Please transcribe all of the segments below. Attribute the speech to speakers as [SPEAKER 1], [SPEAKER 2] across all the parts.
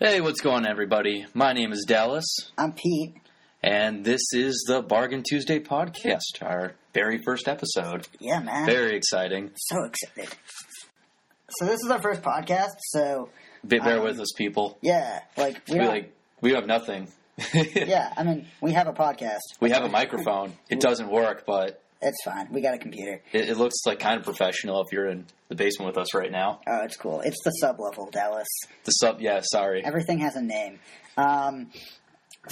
[SPEAKER 1] Hey, what's going on, everybody? My name is Dallas,
[SPEAKER 2] I'm Pete.
[SPEAKER 1] and this is the Bargain Tuesday podcast, our very first episode.
[SPEAKER 2] Yeah, man.
[SPEAKER 1] Very exciting.
[SPEAKER 2] So excited. So this is our first podcast. So
[SPEAKER 1] Be- Bear
[SPEAKER 2] Um,
[SPEAKER 1] with us, people.
[SPEAKER 2] yeah, like we,
[SPEAKER 1] We
[SPEAKER 2] don't-
[SPEAKER 1] like we have nothing.
[SPEAKER 2] yeah. I mean, we have a podcast.
[SPEAKER 1] We have a microphone. It doesn't work, but
[SPEAKER 2] It's fine. We got a computer.
[SPEAKER 1] it, it looks like kind of professional if you're in the basement with us right now.
[SPEAKER 2] Oh, it's cool. It's the sub level, Dallas.
[SPEAKER 1] The sub, yeah, sorry.
[SPEAKER 2] Everything has a name. Um,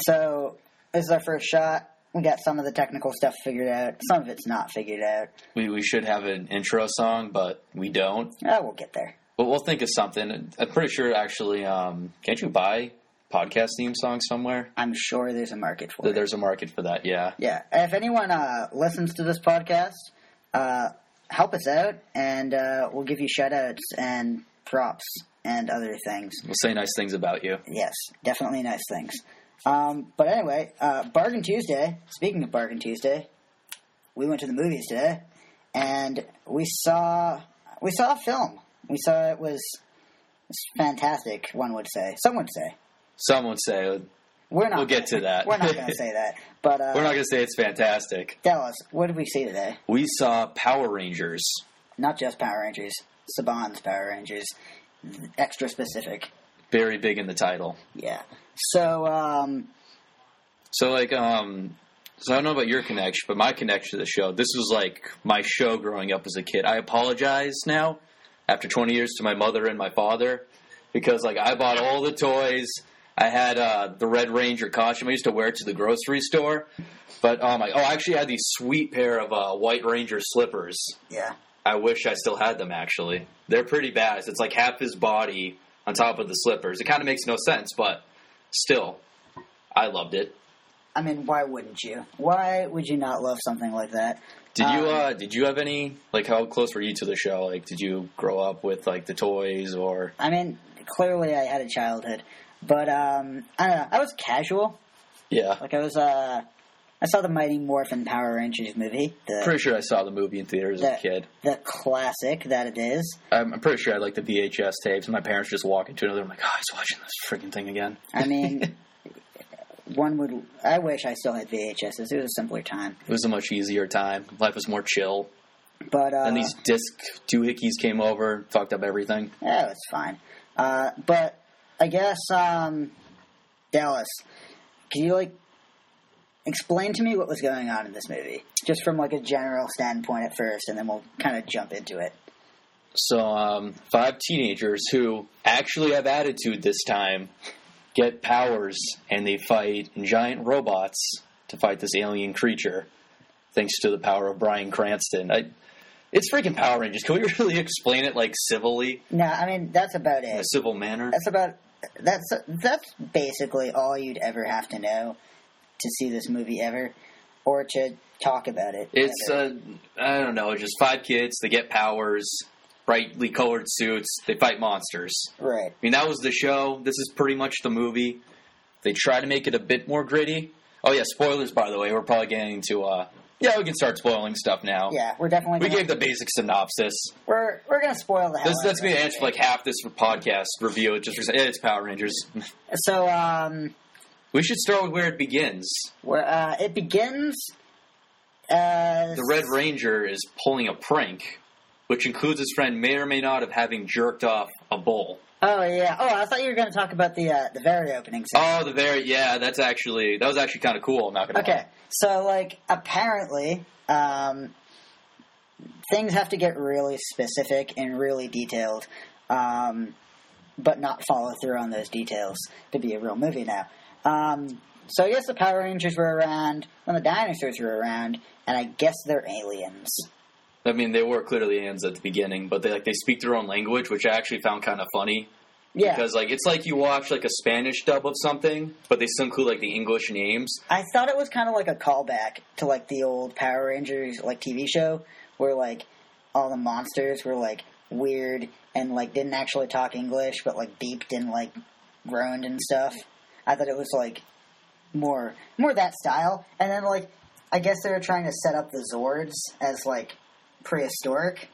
[SPEAKER 2] so this is our first shot. We got some of the technical stuff figured out. Some of it's not figured out.
[SPEAKER 1] We we should have an intro song, but we don't.
[SPEAKER 2] Oh, we'll get there.
[SPEAKER 1] But we'll think of something. I'm pretty sure actually. Um, can't you buy podcast theme songs somewhere?
[SPEAKER 2] I'm sure there's a market for
[SPEAKER 1] Th-
[SPEAKER 2] it.
[SPEAKER 1] There's a market for that. Yeah.
[SPEAKER 2] Yeah. If anyone uh, listens to this podcast, uh, help us out, and uh, we'll give you shout outs and props and other things.
[SPEAKER 1] We'll say nice things about you.
[SPEAKER 2] Yes, definitely nice things. Um, but anyway, uh, Bargain Tuesday. Speaking of Bargain Tuesday, we went to the movies today, and we saw we saw a film. We saw it was it's fantastic. One would say, some would say.
[SPEAKER 1] Some would say
[SPEAKER 2] We're not.
[SPEAKER 1] We'll get to that.
[SPEAKER 2] We're not going to say that. But uh,
[SPEAKER 1] we're not going to say it's fantastic.
[SPEAKER 2] Dallas, what did we see today?
[SPEAKER 1] We saw Power Rangers.
[SPEAKER 2] not just Power Rangers, Saban's Power Rangers, extra specific.
[SPEAKER 1] Very big in the title.
[SPEAKER 2] Yeah. So, um,
[SPEAKER 1] So like, um, so I don't know about your connection, but my connection to the show. This was like my show growing up as a kid. I apologize now, after 20 years, to my mother and my father, because like I bought all the toys. I had uh, the Red Ranger costume. I used to wear it to the grocery store. But um, I, oh, I actually had these sweet pair of uh, White Ranger slippers.
[SPEAKER 2] yeah,
[SPEAKER 1] I wish I still had them. Actually, they're pretty badass. It's like half his body on top of the slippers. It kind of makes no sense, but still, I loved it.
[SPEAKER 2] I mean, why wouldn't you? Why would you not love something like that?
[SPEAKER 1] Did you
[SPEAKER 2] Um,
[SPEAKER 1] uh did you have any like how close were you to the show? Like did you grow up with like the toys or
[SPEAKER 2] I mean, clearly I had a childhood, but um, I don't know. I was casual.
[SPEAKER 1] yeah.
[SPEAKER 2] Like I was, uh, I saw the Mighty Morphin Power Rangers movie, the
[SPEAKER 1] Pretty sure I saw the movie in theaters as a
[SPEAKER 2] Yeah.
[SPEAKER 1] kid.
[SPEAKER 2] the classic that it is.
[SPEAKER 1] I'm, I'm pretty sure I had like the VHS tapes and my parents just walk into another I'm like, "Oh, he's watching this freaking thing again."
[SPEAKER 2] I mean, one would. I wish I still had VHSs. It was a simpler time,
[SPEAKER 1] It was a much easier time. Life was more chill.
[SPEAKER 2] but uh,
[SPEAKER 1] and these disc doohickeys came over, fucked up everything.
[SPEAKER 2] Yeah, it's fine. Uh, but I guess um, Dallas, can you like explain to me what was going on in this movie, just from like a general standpoint at first, and then we'll kind of jump into it.
[SPEAKER 1] So, um, five teenagers who actually have attitude this time get powers and they fight giant robots to fight this alien creature, thanks to the power of Brian Cranston. I, it's freaking Power Rangers. Can we really explain it like civilly,
[SPEAKER 2] No, I mean that's about
[SPEAKER 1] in a
[SPEAKER 2] it.
[SPEAKER 1] civil manner?
[SPEAKER 2] That's about that's that's basically all you'd ever have to know to see this movie ever, or to talk about it.
[SPEAKER 1] It's,
[SPEAKER 2] ever.
[SPEAKER 1] uh, I don't know, just five kids. They get powers, brightly colored suits. They fight monsters.
[SPEAKER 2] right.
[SPEAKER 1] I mean, that was the show. This is pretty much the movie. They try to make it a bit more gritty. Oh yeah, spoilers by the way. We're probably getting into uh yeah, we can start spoiling stuff now.
[SPEAKER 2] Yeah, we're definitely
[SPEAKER 1] We
[SPEAKER 2] gonna,
[SPEAKER 1] gave the basic synopsis.
[SPEAKER 2] we're we're gonna spoil the hell.
[SPEAKER 1] This,
[SPEAKER 2] out
[SPEAKER 1] that's
[SPEAKER 2] of
[SPEAKER 1] going
[SPEAKER 2] it.
[SPEAKER 1] to answer like half this podcast review. Just for, yeah, it's Power Rangers.
[SPEAKER 2] so. Um,
[SPEAKER 1] We should start with where it begins.
[SPEAKER 2] Where uh, it begins. Uh,
[SPEAKER 1] The Red Ranger is pulling a prank, which includes his friend may or may not of having jerked off a bull.
[SPEAKER 2] oh yeah. Oh, I thought you were going to talk about the uh, the very opening scene.
[SPEAKER 1] Oh, the very yeah. That's actually that was actually kind of cool. I'm not gonna
[SPEAKER 2] okay,
[SPEAKER 1] lie.
[SPEAKER 2] so like apparently, um, things have to get really specific and really detailed, um, but not follow through on those details to be a real movie now. Um, so I guess the Power Rangers were around when the dinosaurs were around, and I guess they're aliens.
[SPEAKER 1] I mean, they were clearly ends at the beginning, but they like they speak their own language, which I actually found kind of funny
[SPEAKER 2] Yeah,
[SPEAKER 1] because like it's like you watch like a Spanish dub of something, but they still include like the English names.
[SPEAKER 2] I thought it was kind of like a callback to like the old Power Rangers like TV show where like all the monsters were like weird and like didn't actually talk English but like beeped and like groaned and stuff. I thought it was like more more that style. And then like I guess they were trying to set up the Zords as like prehistoric,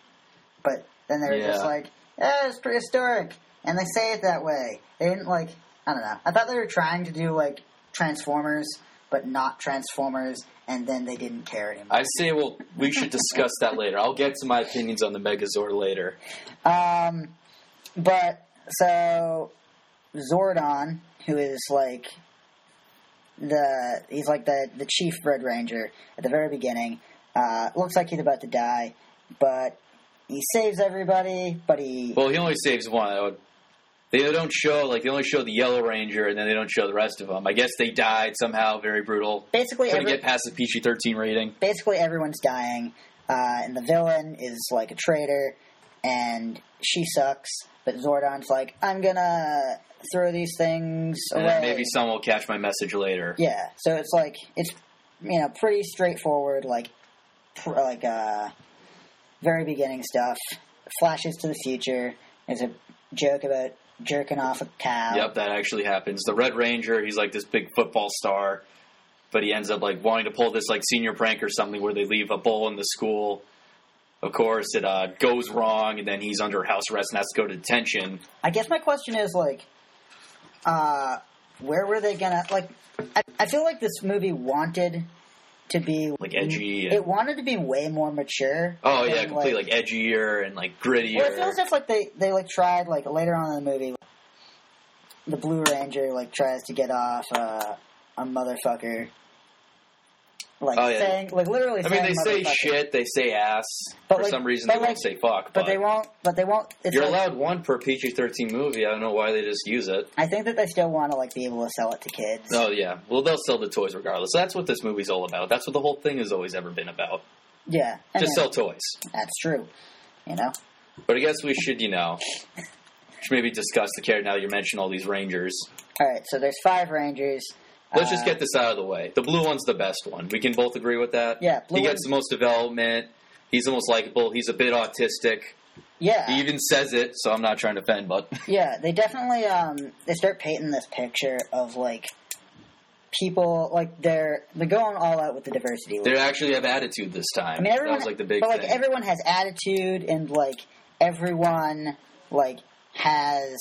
[SPEAKER 2] but then they were just
[SPEAKER 1] Yeah.
[SPEAKER 2] "Eh, like, "Yeah, it's prehistoric," and they say it that way. They didn't like I don't know. I thought they were trying to do like Transformers, but not Transformers, and then they didn't care anymore.
[SPEAKER 1] I say, well, we should discuss that later. I'll get to my opinions on the Megazord later.
[SPEAKER 2] Um, but so Zordon, who is like the he's like the the chief Red Ranger at the very beginning. Uh, looks like he's about to die, but he saves everybody. But he
[SPEAKER 1] Well, he only saves one. I would- They don't show like they only show the Yellow Ranger, and then they don't show the rest of them. I guess they died somehow, very brutal.
[SPEAKER 2] basically
[SPEAKER 1] Couldn't
[SPEAKER 2] every,
[SPEAKER 1] get past the PG thirteen rating.
[SPEAKER 2] basically everyone's dying, uh, and the villain is like a traitor, and she sucks. But Zordon's like, I'm gonna throw these things
[SPEAKER 1] And
[SPEAKER 2] away.
[SPEAKER 1] then maybe someone will catch my message later.
[SPEAKER 2] Yeah, so it's like it's you know pretty straightforward, like pr- like uh, very beginning stuff. Flashes to the future. There's a joke about jerking off a cow.
[SPEAKER 1] Yep, that actually happens. The Red Ranger, he's like this big football star, but he ends up like wanting to pull this like senior prank or something where they leave a bull in the school. Of course, it uh, goes wrong, and then he's under house arrest and has to go to detention.
[SPEAKER 2] I guess my question is like, uh, where were they gonna like? I, I feel like this movie wanted to be
[SPEAKER 1] Like, edgy and-
[SPEAKER 2] Mm-hmm. It wanted to be way more mature.
[SPEAKER 1] Oh
[SPEAKER 2] than,
[SPEAKER 1] yeah, completely like, edgier and like grittier.
[SPEAKER 2] Well, it feels as if like they they like tried like later on in the movie, the Blue Ranger like tries to get off uh, a motherfucker, like
[SPEAKER 1] Oh, yeah.
[SPEAKER 2] saying like literally.
[SPEAKER 1] I mean, they say
[SPEAKER 2] saying motherfucker.
[SPEAKER 1] shit, they say ass.
[SPEAKER 2] But,
[SPEAKER 1] For
[SPEAKER 2] like-
[SPEAKER 1] some reason,
[SPEAKER 2] but,
[SPEAKER 1] they
[SPEAKER 2] like-
[SPEAKER 1] won't say fuck.
[SPEAKER 2] but they won't. But they won't. It's
[SPEAKER 1] You're
[SPEAKER 2] like-
[SPEAKER 1] allowed one per PG thirteen movie. I don't know why they just use it.
[SPEAKER 2] I think that they still want to like be able to sell it to kids.
[SPEAKER 1] Oh yeah, well they'll sell the toys regardless. That's what this movie's all about. That's what the whole thing has always ever been about.
[SPEAKER 2] Yeah, I
[SPEAKER 1] Just
[SPEAKER 2] mean,
[SPEAKER 1] sell toys.
[SPEAKER 2] that's true. You know,
[SPEAKER 1] But I guess we should, you know, should maybe discuss the character now that you mentioned all these Rangers.
[SPEAKER 2] all right. So there's five Rangers.
[SPEAKER 1] Let's
[SPEAKER 2] Uh,
[SPEAKER 1] just get this out of the way. The blue one's the best one. We can both agree with that.
[SPEAKER 2] Yeah, blue
[SPEAKER 1] he
[SPEAKER 2] one's-
[SPEAKER 1] gets the most development. He's the most likable. He's a bit autistic.
[SPEAKER 2] Yeah,
[SPEAKER 1] He even says it, so I'm not trying to offend, but
[SPEAKER 2] Yeah, they definitely um they start painting this picture of like people like they're they're going all out with the diversity.
[SPEAKER 1] they actually have attitude this time.
[SPEAKER 2] I mean, everyone
[SPEAKER 1] that was like the big
[SPEAKER 2] but
[SPEAKER 1] thing.
[SPEAKER 2] like everyone has attitude and like everyone like has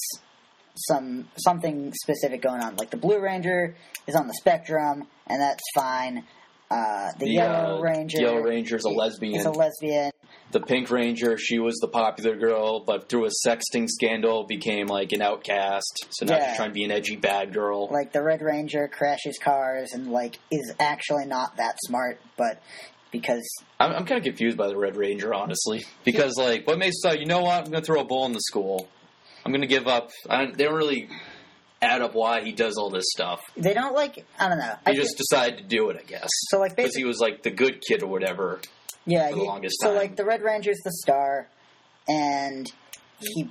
[SPEAKER 2] some something specific going on. Like the Blue Ranger is on the spectrum, and that's fine. Uh, the,
[SPEAKER 1] the
[SPEAKER 2] Yellow
[SPEAKER 1] uh,
[SPEAKER 2] Ranger,
[SPEAKER 1] Yellow Ranger's a lesbian.
[SPEAKER 2] is a lesbian.
[SPEAKER 1] the Pink Ranger, she was the popular girl, but through a sexting scandal became like an outcast. So now
[SPEAKER 2] Yeah.
[SPEAKER 1] she's trying to be an edgy bad girl.
[SPEAKER 2] like the Red Ranger crashes cars and like is actually not that smart, but because
[SPEAKER 1] I'm, I'm kind of confused by the Red Ranger, honestly, because like what makes so you know what I'm going to throw a bull in the school. I'm going to give up. I don't, they don't really add up why he does all this stuff.
[SPEAKER 2] they don't like I don't know.
[SPEAKER 1] He
[SPEAKER 2] I
[SPEAKER 1] just
[SPEAKER 2] think-
[SPEAKER 1] decided to do it, I guess,
[SPEAKER 2] so like
[SPEAKER 1] because
[SPEAKER 2] basically
[SPEAKER 1] he was like the good kid or whatever.
[SPEAKER 2] yeah.
[SPEAKER 1] for the
[SPEAKER 2] he-
[SPEAKER 1] longest
[SPEAKER 2] so
[SPEAKER 1] time.
[SPEAKER 2] like the Red Ranger's the star, and he.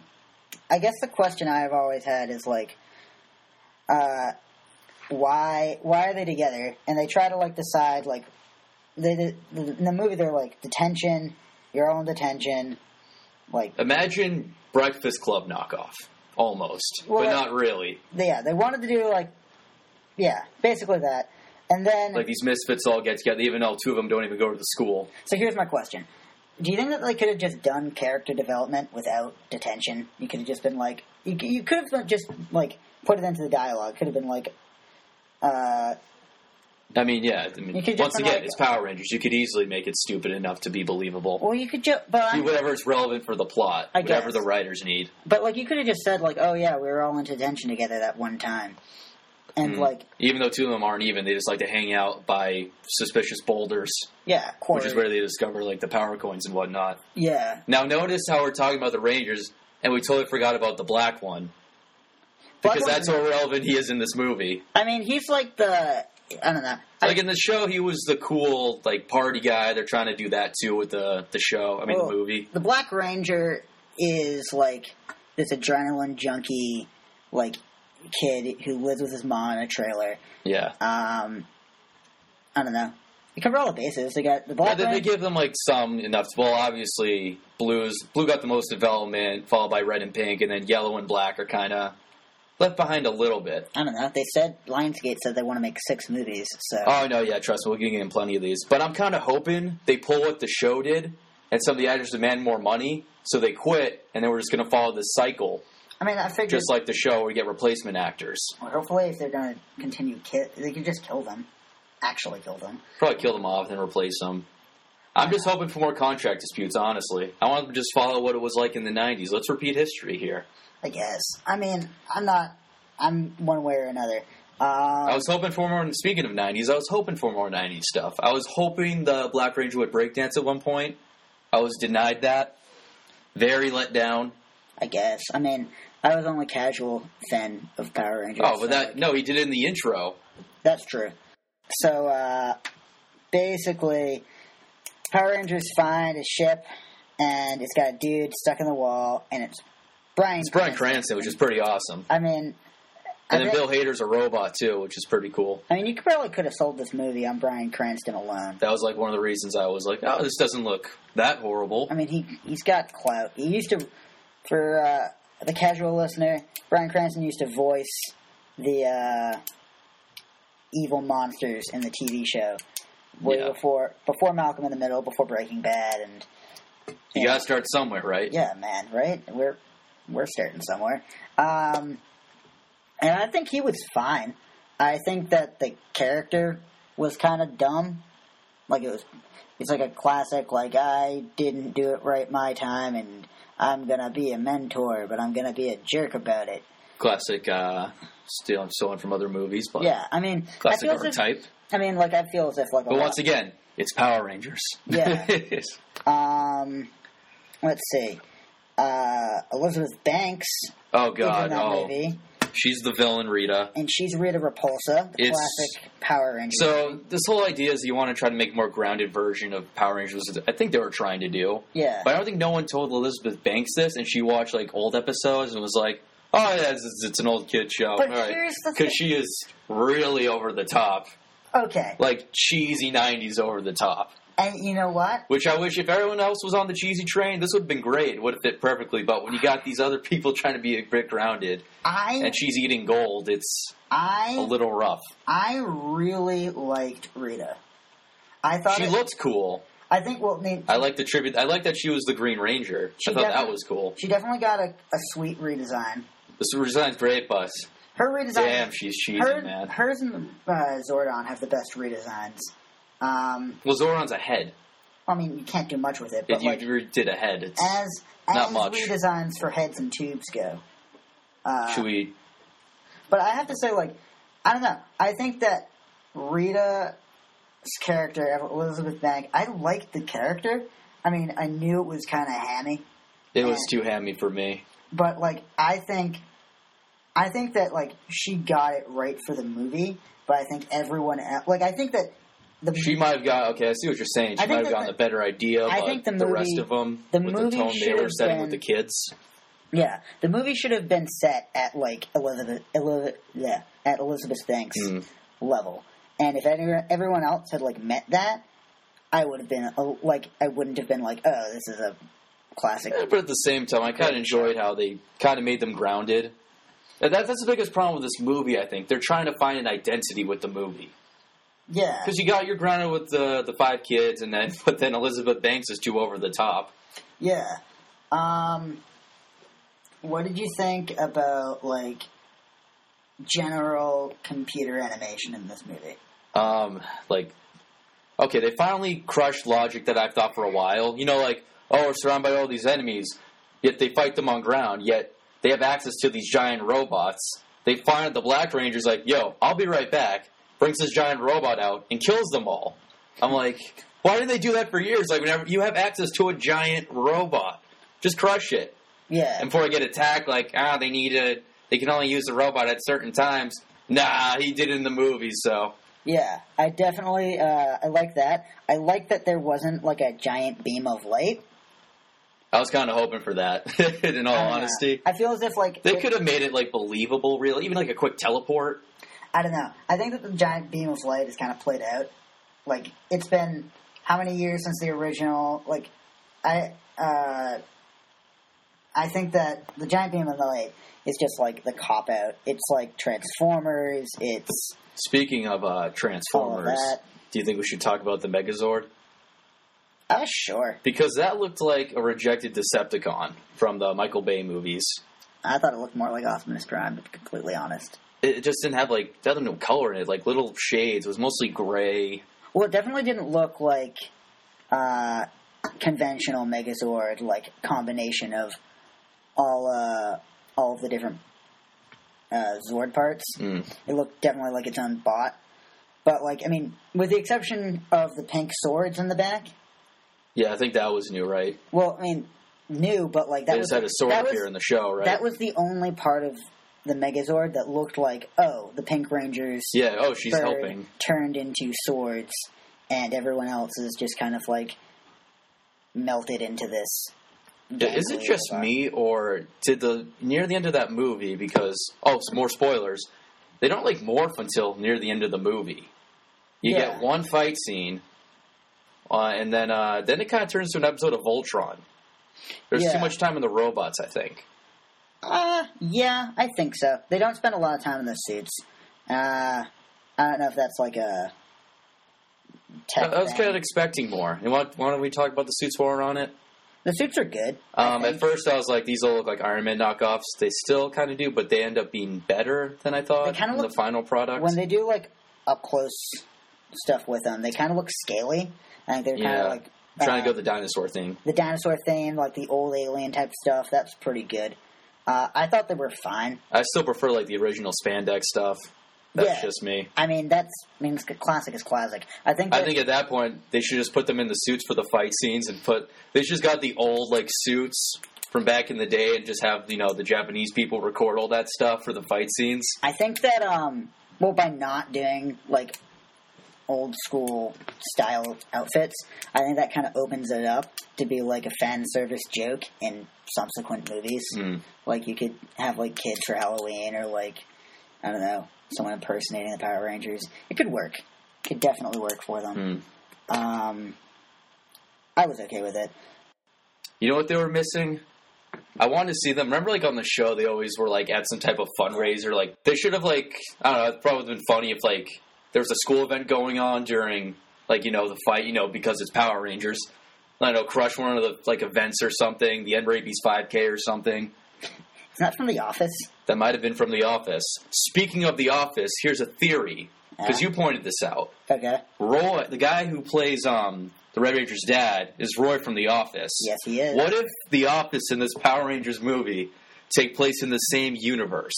[SPEAKER 2] I guess the question I've always had is like, uh, why why are they together? And they try to like decide like, they, they in the movie they're like detention, your own detention, like
[SPEAKER 1] Imagine Breakfast Club knockoff, almost,
[SPEAKER 2] Well,
[SPEAKER 1] but
[SPEAKER 2] that-
[SPEAKER 1] not really.
[SPEAKER 2] they- yeah, they wanted to do like, yeah, basically that. And then,
[SPEAKER 1] Like these misfits all get together, even though two of them don't even go to the school.
[SPEAKER 2] so here's my question: Do you think that they could have just done character development without detention? You could have just been like, you, c- you could have just like put it into the dialogue. Could have been like, uh,
[SPEAKER 1] I mean, yeah. I mean,
[SPEAKER 2] You could just
[SPEAKER 1] once
[SPEAKER 2] put,
[SPEAKER 1] again,
[SPEAKER 2] like-
[SPEAKER 1] it's Power Rangers. You could easily make it stupid enough to be believable.
[SPEAKER 2] well, you could just, but
[SPEAKER 1] Do
[SPEAKER 2] I'm,
[SPEAKER 1] whatever is relevant for the plot,
[SPEAKER 2] I
[SPEAKER 1] whatever
[SPEAKER 2] guess.
[SPEAKER 1] the writers need.
[SPEAKER 2] but like you could have just said like, oh yeah, we were all in detention together that one time, and
[SPEAKER 1] Mm.
[SPEAKER 2] like,
[SPEAKER 1] Even though two of them aren't even, they just like to hang out by suspicious boulders,
[SPEAKER 2] yeah, quarter,
[SPEAKER 1] which is where they discover like the power coins and whatnot.
[SPEAKER 2] yeah,
[SPEAKER 1] Now, notice how we're talking about the Rangers, and we totally forgot about the black one
[SPEAKER 2] Black
[SPEAKER 1] because
[SPEAKER 2] one's
[SPEAKER 1] that's how relevant he is in this movie.
[SPEAKER 2] I mean, he's like the, I don't know, I-
[SPEAKER 1] Like in the show, he was the cool like party guy. They're trying to do that too with the the show. I mean,
[SPEAKER 2] Well,
[SPEAKER 1] the movie.
[SPEAKER 2] The Black Ranger is like this adrenaline junkie, like kid who lives with his mom in a trailer.
[SPEAKER 1] Yeah.
[SPEAKER 2] Um, I don't know. They cover all the bases. They got the
[SPEAKER 1] Yeah,
[SPEAKER 2] Black
[SPEAKER 1] then they
[SPEAKER 2] Ranger.
[SPEAKER 1] give them like some enough. Well, obviously, blues blue got the most development, followed by red and pink, and then yellow and black are kind of left behind a little bit.
[SPEAKER 2] I don't know. They said Lionsgate said they want to make six movies. So
[SPEAKER 1] Oh no, yeah, trust me, we're getting in plenty of these. But I'm kind of hoping they pull what the show did, and some of the actors demand more money, so they quit, and then we're just going to follow this cycle.
[SPEAKER 2] I mean, I figured.
[SPEAKER 1] Just like the show, we get replacement actors.
[SPEAKER 2] hopefully, if they're gonna continue, kit, they can just kill them. Actually, kill them.
[SPEAKER 1] Probably kill them off, then replace them. I'm just hoping for more contract disputes, honestly. I want to just follow what it was like in the 90s. Let's repeat history here.
[SPEAKER 2] I guess. I mean, I'm not. I'm one way or another.
[SPEAKER 1] I
[SPEAKER 2] Um,
[SPEAKER 1] was hoping for more, speaking of 90s, I was hoping for more 90s stuff. I was hoping the Black Ranger would breakdance at one point. I was denied that. Very let down.
[SPEAKER 2] I guess. I mean, I was only casual fan of Power Rangers.
[SPEAKER 1] Oh,
[SPEAKER 2] so,
[SPEAKER 1] but that,
[SPEAKER 2] like,
[SPEAKER 1] no, he did it in the intro.
[SPEAKER 2] that's true. So uh, basically, Power Rangers find a ship, and it's got a dude stuck in the wall, and it's Brian.
[SPEAKER 1] It's Brian Cranston, which is pretty awesome.
[SPEAKER 2] I mean, I,
[SPEAKER 1] And then
[SPEAKER 2] bet-
[SPEAKER 1] Bill Hader's a robot, too, which is pretty cool.
[SPEAKER 2] I mean, you could probably could have sold this movie on Brian Cranston alone.
[SPEAKER 1] That was like one of the reasons I was like, oh, this doesn't look that horrible.
[SPEAKER 2] I mean, he he's got clout. He used to, for uh, the casual listener, Brian Cranston used to voice the uh, evil monsters in the TV show. Way
[SPEAKER 1] Yeah.
[SPEAKER 2] before before Malcolm in the Middle, before Breaking Bad, and
[SPEAKER 1] You gotta start somewhere, right?
[SPEAKER 2] yeah, man, right? We're we're starting somewhere. Um, and I think he was fine. I think that the character was kind of dumb. Like it was, it's like a classic. Like I didn't do it right my time, and I'm gonna be a mentor, but I'm gonna be a jerk about it.
[SPEAKER 1] Classic, uh, still stolen from other movies, but
[SPEAKER 2] Yeah, I mean,
[SPEAKER 1] classic
[SPEAKER 2] I feel as if,
[SPEAKER 1] archetype.
[SPEAKER 2] I mean, like I feel as if like a
[SPEAKER 1] But
[SPEAKER 2] lot-
[SPEAKER 1] once again, it's Power Rangers.
[SPEAKER 2] Yeah.
[SPEAKER 1] It's-
[SPEAKER 2] um, let's see, uh, Elizabeth Banks is
[SPEAKER 1] oh
[SPEAKER 2] in
[SPEAKER 1] God!
[SPEAKER 2] that
[SPEAKER 1] Oh,
[SPEAKER 2] movie.
[SPEAKER 1] she's the villain, Rita.
[SPEAKER 2] and she's Rita Repulsa, the
[SPEAKER 1] It's-
[SPEAKER 2] classic Power Ranger.
[SPEAKER 1] So this whole idea is you want to try to make a more grounded version of Power Rangers. which is- I think they were trying to do,
[SPEAKER 2] yeah,
[SPEAKER 1] but I don't think no one told Elizabeth Banks this, and she watched like old episodes and was like, "Oh, yeah, it's, it's- it's an old kid show."
[SPEAKER 2] But
[SPEAKER 1] All right.
[SPEAKER 2] here's the thing-
[SPEAKER 1] because she is really over the top,
[SPEAKER 2] okay,
[SPEAKER 1] like cheesy '90s over the top.
[SPEAKER 2] and you know what?
[SPEAKER 1] Which I wish if everyone else was on the cheesy train, this would have been great. It would have fit perfectly. But when you got these other people trying to be a bit grounded,
[SPEAKER 2] I
[SPEAKER 1] and she's eating gold, it's a
[SPEAKER 2] I
[SPEAKER 1] little rough.
[SPEAKER 2] I really liked Rita. I thought
[SPEAKER 1] She
[SPEAKER 2] it-
[SPEAKER 1] looked cool.
[SPEAKER 2] I think well, I mean,
[SPEAKER 1] I like the tribute. I like that she was the Green Ranger.
[SPEAKER 2] She
[SPEAKER 1] I thought that
[SPEAKER 2] definitely-
[SPEAKER 1] was cool.
[SPEAKER 2] she definitely got a, a sweet redesign.
[SPEAKER 1] This design's great, bus.
[SPEAKER 2] Her redesign,
[SPEAKER 1] Damn, she's cheesy,
[SPEAKER 2] her,
[SPEAKER 1] man.
[SPEAKER 2] hers and uh, Zordon have the best redesigns. Um,
[SPEAKER 1] Well, Zoran's a head.
[SPEAKER 2] I mean, you can't do much with it, but
[SPEAKER 1] If you
[SPEAKER 2] like
[SPEAKER 1] re- did a head, it's,
[SPEAKER 2] as
[SPEAKER 1] not
[SPEAKER 2] as
[SPEAKER 1] much.
[SPEAKER 2] redesigns for heads and tubes go, uh,
[SPEAKER 1] should we?
[SPEAKER 2] But I have to say, like, I don't know. I think that Rita's character, Elizabeth Bank, I liked the character. I mean, I knew it was kind of hammy,
[SPEAKER 1] It was
[SPEAKER 2] eh.
[SPEAKER 1] too hammy for me.
[SPEAKER 2] but like, I think, I think that like she got it right for the movie. But I think everyone, el- like, I think that the
[SPEAKER 1] She might have got okay. I see what you're saying.
[SPEAKER 2] Mhm. I
[SPEAKER 1] She
[SPEAKER 2] think
[SPEAKER 1] might have
[SPEAKER 2] that
[SPEAKER 1] gotten
[SPEAKER 2] the-
[SPEAKER 1] a better idea.
[SPEAKER 2] I
[SPEAKER 1] but
[SPEAKER 2] think the
[SPEAKER 1] rest
[SPEAKER 2] movie-
[SPEAKER 1] of them,
[SPEAKER 2] the
[SPEAKER 1] with
[SPEAKER 2] movie
[SPEAKER 1] the tone
[SPEAKER 2] should
[SPEAKER 1] they were
[SPEAKER 2] have
[SPEAKER 1] setting with the
[SPEAKER 2] been-
[SPEAKER 1] kids,
[SPEAKER 2] yeah, the movie should have been set at like Elizabeth, Elizabeth yeah, at Elizabeth Banks
[SPEAKER 1] Mm.
[SPEAKER 2] level. And if any, everyone else had like met that, I would have been uh, like, I wouldn't have been like, oh, this is a classic.
[SPEAKER 1] Yeah, but at the same time, I kind of enjoyed how they kind of made them grounded. And That, that's the biggest problem with this movie, I think. They're trying to find an identity with the movie.
[SPEAKER 2] Yeah,
[SPEAKER 1] Because you got you're grounded with the the five kids, and then but then Elizabeth Banks is too over the top.
[SPEAKER 2] yeah. Um, what did you think about like general computer animation in this movie?
[SPEAKER 1] Um, like, okay, they finally crushed logic that I've thought for a while. You know, like, oh, we're surrounded by all these enemies, yet they fight them on ground, yet they have access to these giant robots. They find the Black Ranger's like, yo, I'll be right back, brings this giant robot out and kills them all. I'm like, why didn't they do that for years? Like, whenever you have access to a giant robot, just crush it.
[SPEAKER 2] Yeah,
[SPEAKER 1] And before I get attacked, like, ah, they need to, they can only use the robot at certain times. Nah, he did it in the movie, so.
[SPEAKER 2] yeah. I definitely uh, I like that. I like that there wasn't like a giant beam of light.
[SPEAKER 1] I was kind of hoping for that, in all
[SPEAKER 2] I don't know.
[SPEAKER 1] honesty.
[SPEAKER 2] I feel as if like
[SPEAKER 1] They
[SPEAKER 2] it-
[SPEAKER 1] could have made it like believable, real, even like a quick teleport.
[SPEAKER 2] I don't know. I think that the giant beam of light is kind of played out. Like it's been how many years since the original? Like I, uh, I think that the giant beam of light is just like the cop out. It's like Transformers. It's
[SPEAKER 1] Speaking of uh, Transformers,
[SPEAKER 2] Oh, that.
[SPEAKER 1] do you think we should talk about the Megazord?
[SPEAKER 2] uh, sure.
[SPEAKER 1] Because that looked like a rejected Decepticon from the Michael Bay movies.
[SPEAKER 2] I thought it looked more like Optimus Prime, to be completely honest.
[SPEAKER 1] It it just didn't have like that no color in it, like little shades. It was mostly gray.
[SPEAKER 2] Well, it definitely didn't look like uh, conventional Megazord, like combination of all uh, all of the different uh, Zord parts.
[SPEAKER 1] Mm.
[SPEAKER 2] It looked definitely like its own bot. But like, I mean, with the exception of the pink swords in the back,
[SPEAKER 1] Yeah, I think that was new, right?
[SPEAKER 2] well, I mean, new, but like that
[SPEAKER 1] they
[SPEAKER 2] was
[SPEAKER 1] just had a sword
[SPEAKER 2] that
[SPEAKER 1] appear
[SPEAKER 2] was-
[SPEAKER 1] in the show, right?
[SPEAKER 2] That was the only part of the Megazord that looked like, oh, the Pink Ranger's
[SPEAKER 1] yeah. Oh, she's
[SPEAKER 2] bird
[SPEAKER 1] helping.
[SPEAKER 2] turned into swords, and everyone else is just kind of like melted into this.
[SPEAKER 1] Yeah, Is it
[SPEAKER 2] gangly
[SPEAKER 1] just
[SPEAKER 2] robot.
[SPEAKER 1] me, or did the near the end of that movie? Because oh, some more spoilers. They don't like morph until near the end of the movie. You
[SPEAKER 2] Yeah.
[SPEAKER 1] get one fight scene, uh, and then uh, then it kind of turns to an episode of Voltron. There's
[SPEAKER 2] Yeah.
[SPEAKER 1] too much time in the robots, I think.
[SPEAKER 2] Uh, yeah, I think so. They don't spend a lot of time in the suits. Uh, I don't know if that's like a.
[SPEAKER 1] I,
[SPEAKER 2] Tech
[SPEAKER 1] I was
[SPEAKER 2] thing.
[SPEAKER 1] kind of expecting more. And why, why don't we talk about the suits while we're on it?
[SPEAKER 2] The suits are good. I
[SPEAKER 1] Um, at
[SPEAKER 2] think.
[SPEAKER 1] first, I was like, these all look like Iron Man knockoffs. They still kind of do, but they end up being better than I thought
[SPEAKER 2] They kinda
[SPEAKER 1] in
[SPEAKER 2] look-
[SPEAKER 1] the final product.
[SPEAKER 2] when they do like up close stuff with them, they kind of look scaly. I think they're kind of
[SPEAKER 1] Yeah.
[SPEAKER 2] like
[SPEAKER 1] I'm trying to
[SPEAKER 2] uh,
[SPEAKER 1] go the dinosaur thing.
[SPEAKER 2] the dinosaur thing, like the old alien type stuff. That's pretty good. Uh, I thought they were fine.
[SPEAKER 1] I still prefer like the original spandex stuff. That's
[SPEAKER 2] Yeah.
[SPEAKER 1] just me.
[SPEAKER 2] I mean, that's I mean, it's good- classic is classic. I think.
[SPEAKER 1] I
[SPEAKER 2] that-
[SPEAKER 1] think at that point they should just put them in the suits for the fight scenes and put they just got the old like suits from back in the day and just have you know the Japanese people record all that stuff for the fight scenes.
[SPEAKER 2] I think that um, well, by not doing like old school style outfits, I think that kind of opens it up to be like a fan service joke in subsequent movies.
[SPEAKER 1] Mm.
[SPEAKER 2] Like you could have like kids for Halloween or like I don't know someone impersonating the Power Rangers. It could work. Could definitely work for them.
[SPEAKER 1] Hmm.
[SPEAKER 2] Um, I was okay with it.
[SPEAKER 1] You know what they were missing? I wanted to see them. Remember, like on the show, they always were like at some type of fundraiser. Like they should have like I don't know. It probably would have been funny if like there was a school event going on during like you know the fight. You know because it's Power Rangers. I don't know, crush one of the like events or something. The End Rabies 5K or something.
[SPEAKER 2] It's not from The Office.
[SPEAKER 1] That might have been from The Office. Speaking of The Office, here's a theory because
[SPEAKER 2] Yeah.
[SPEAKER 1] you pointed this out.
[SPEAKER 2] Okay.
[SPEAKER 1] Roy, the guy who plays um the Red Ranger's dad, is Roy from The Office.
[SPEAKER 2] Yes, he is.
[SPEAKER 1] What if The Office and this Power Rangers movie take place in the same universe?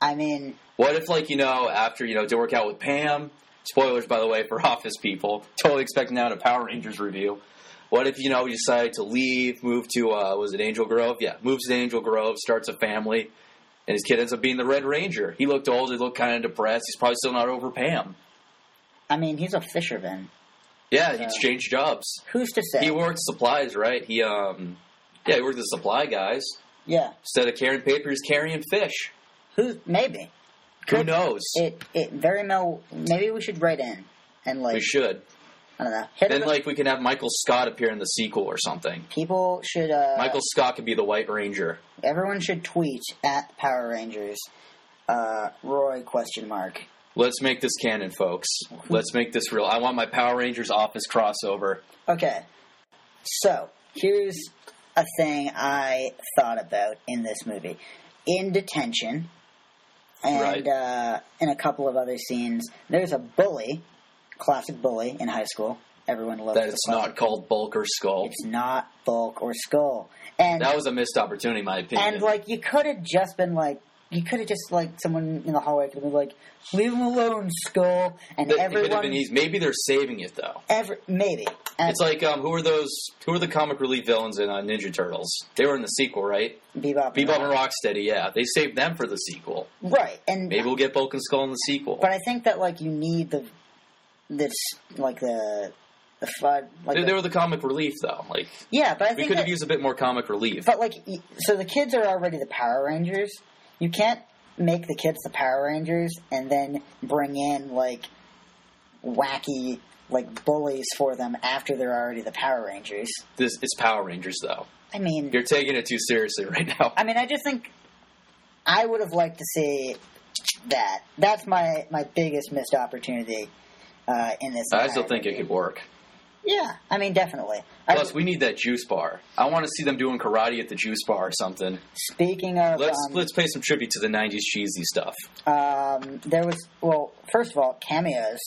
[SPEAKER 2] I mean,
[SPEAKER 1] What if, like, you know, after, you know, to work out with Pam, spoilers, by the way, for Office people, totally expecting out a Power Rangers review. What if, you know, you decide to leave, move to, uh, was it Angel Grove? Yeah, moves to Angel Grove, starts a family, and his kid ends up being the Red Ranger. He looked old, he looked kind of depressed, he's probably still not over Pam.
[SPEAKER 2] I mean, he's a fisherman.
[SPEAKER 1] Yeah, he's
[SPEAKER 2] Yeah.
[SPEAKER 1] changed jobs.
[SPEAKER 2] Who's to say?
[SPEAKER 1] He worked supplies, right? He, um, yeah, he worked the supply guys.
[SPEAKER 2] yeah.
[SPEAKER 1] Instead of carrying paper, he's carrying fish.
[SPEAKER 2] Who? Maybe.
[SPEAKER 1] Who knows?
[SPEAKER 2] It. It very well. Maybe we should write in and like.
[SPEAKER 1] we should.
[SPEAKER 2] I don't know. Hit
[SPEAKER 1] Then,
[SPEAKER 2] us-
[SPEAKER 1] like, we can have Michael Scott appear in the sequel or something.
[SPEAKER 2] people should. Uh,
[SPEAKER 1] Michael Scott could be the White Ranger.
[SPEAKER 2] Everyone should tweet at Power Rangers. Uh, Roy question mark.
[SPEAKER 1] Let's make this canon, folks. Let's make this real. I want my Power Rangers office crossover.
[SPEAKER 2] Okay. So here's a thing I thought about in this movie. In detention, and
[SPEAKER 1] Right.
[SPEAKER 2] uh, in a couple of other scenes, there's a bully, classic bully in high school. Everyone loves
[SPEAKER 1] That
[SPEAKER 2] the
[SPEAKER 1] it's
[SPEAKER 2] classic
[SPEAKER 1] not called Bulk or Skull.
[SPEAKER 2] It's not Bulk or Skull. And
[SPEAKER 1] That was a missed opportunity, in my opinion.
[SPEAKER 2] and like you could have just been like you could have just like someone in the hallway could have been like, Leave him alone, Skull and
[SPEAKER 1] That- it could have
[SPEAKER 2] everyone
[SPEAKER 1] been easy. Maybe they're saving it though.
[SPEAKER 2] every maybe. And
[SPEAKER 1] It's like um, who are those? Who are the comic relief villains in uh, Ninja Turtles? They were in the sequel, right?
[SPEAKER 2] Bebop, and
[SPEAKER 1] Bebop and Rocksteady. Yeah, they saved them for the sequel.
[SPEAKER 2] Rock. Right. And
[SPEAKER 1] Maybe we'll get Bulk and Skull in the sequel.
[SPEAKER 2] but I think that like you need the this like the the fud like
[SPEAKER 1] They,
[SPEAKER 2] the-
[SPEAKER 1] they were the comic relief though. Like
[SPEAKER 2] Yeah, but I
[SPEAKER 1] we
[SPEAKER 2] think
[SPEAKER 1] could have
[SPEAKER 2] that,
[SPEAKER 1] used a bit more comic relief.
[SPEAKER 2] but like y- so the kids are already the Power Rangers. You can't make the kids the Power Rangers and then bring in like wacky like bullies for them after they're already the Power Rangers.
[SPEAKER 1] This it's Power Rangers though.
[SPEAKER 2] I mean,
[SPEAKER 1] You're taking it too seriously right now.
[SPEAKER 2] I mean, I just think I would have liked to see that. That's my my biggest missed opportunity uh, in this.
[SPEAKER 1] I still
[SPEAKER 2] entire
[SPEAKER 1] think it
[SPEAKER 2] movie.
[SPEAKER 1] could work.
[SPEAKER 2] Yeah, I mean, definitely. I-
[SPEAKER 1] Plus, we need that juice bar. I want to see them doing karate at the juice bar or something.
[SPEAKER 2] speaking of,
[SPEAKER 1] Let's
[SPEAKER 2] um,
[SPEAKER 1] let's pay some tribute to the '90s cheesy stuff.
[SPEAKER 2] um, there was well, first of all, cameos.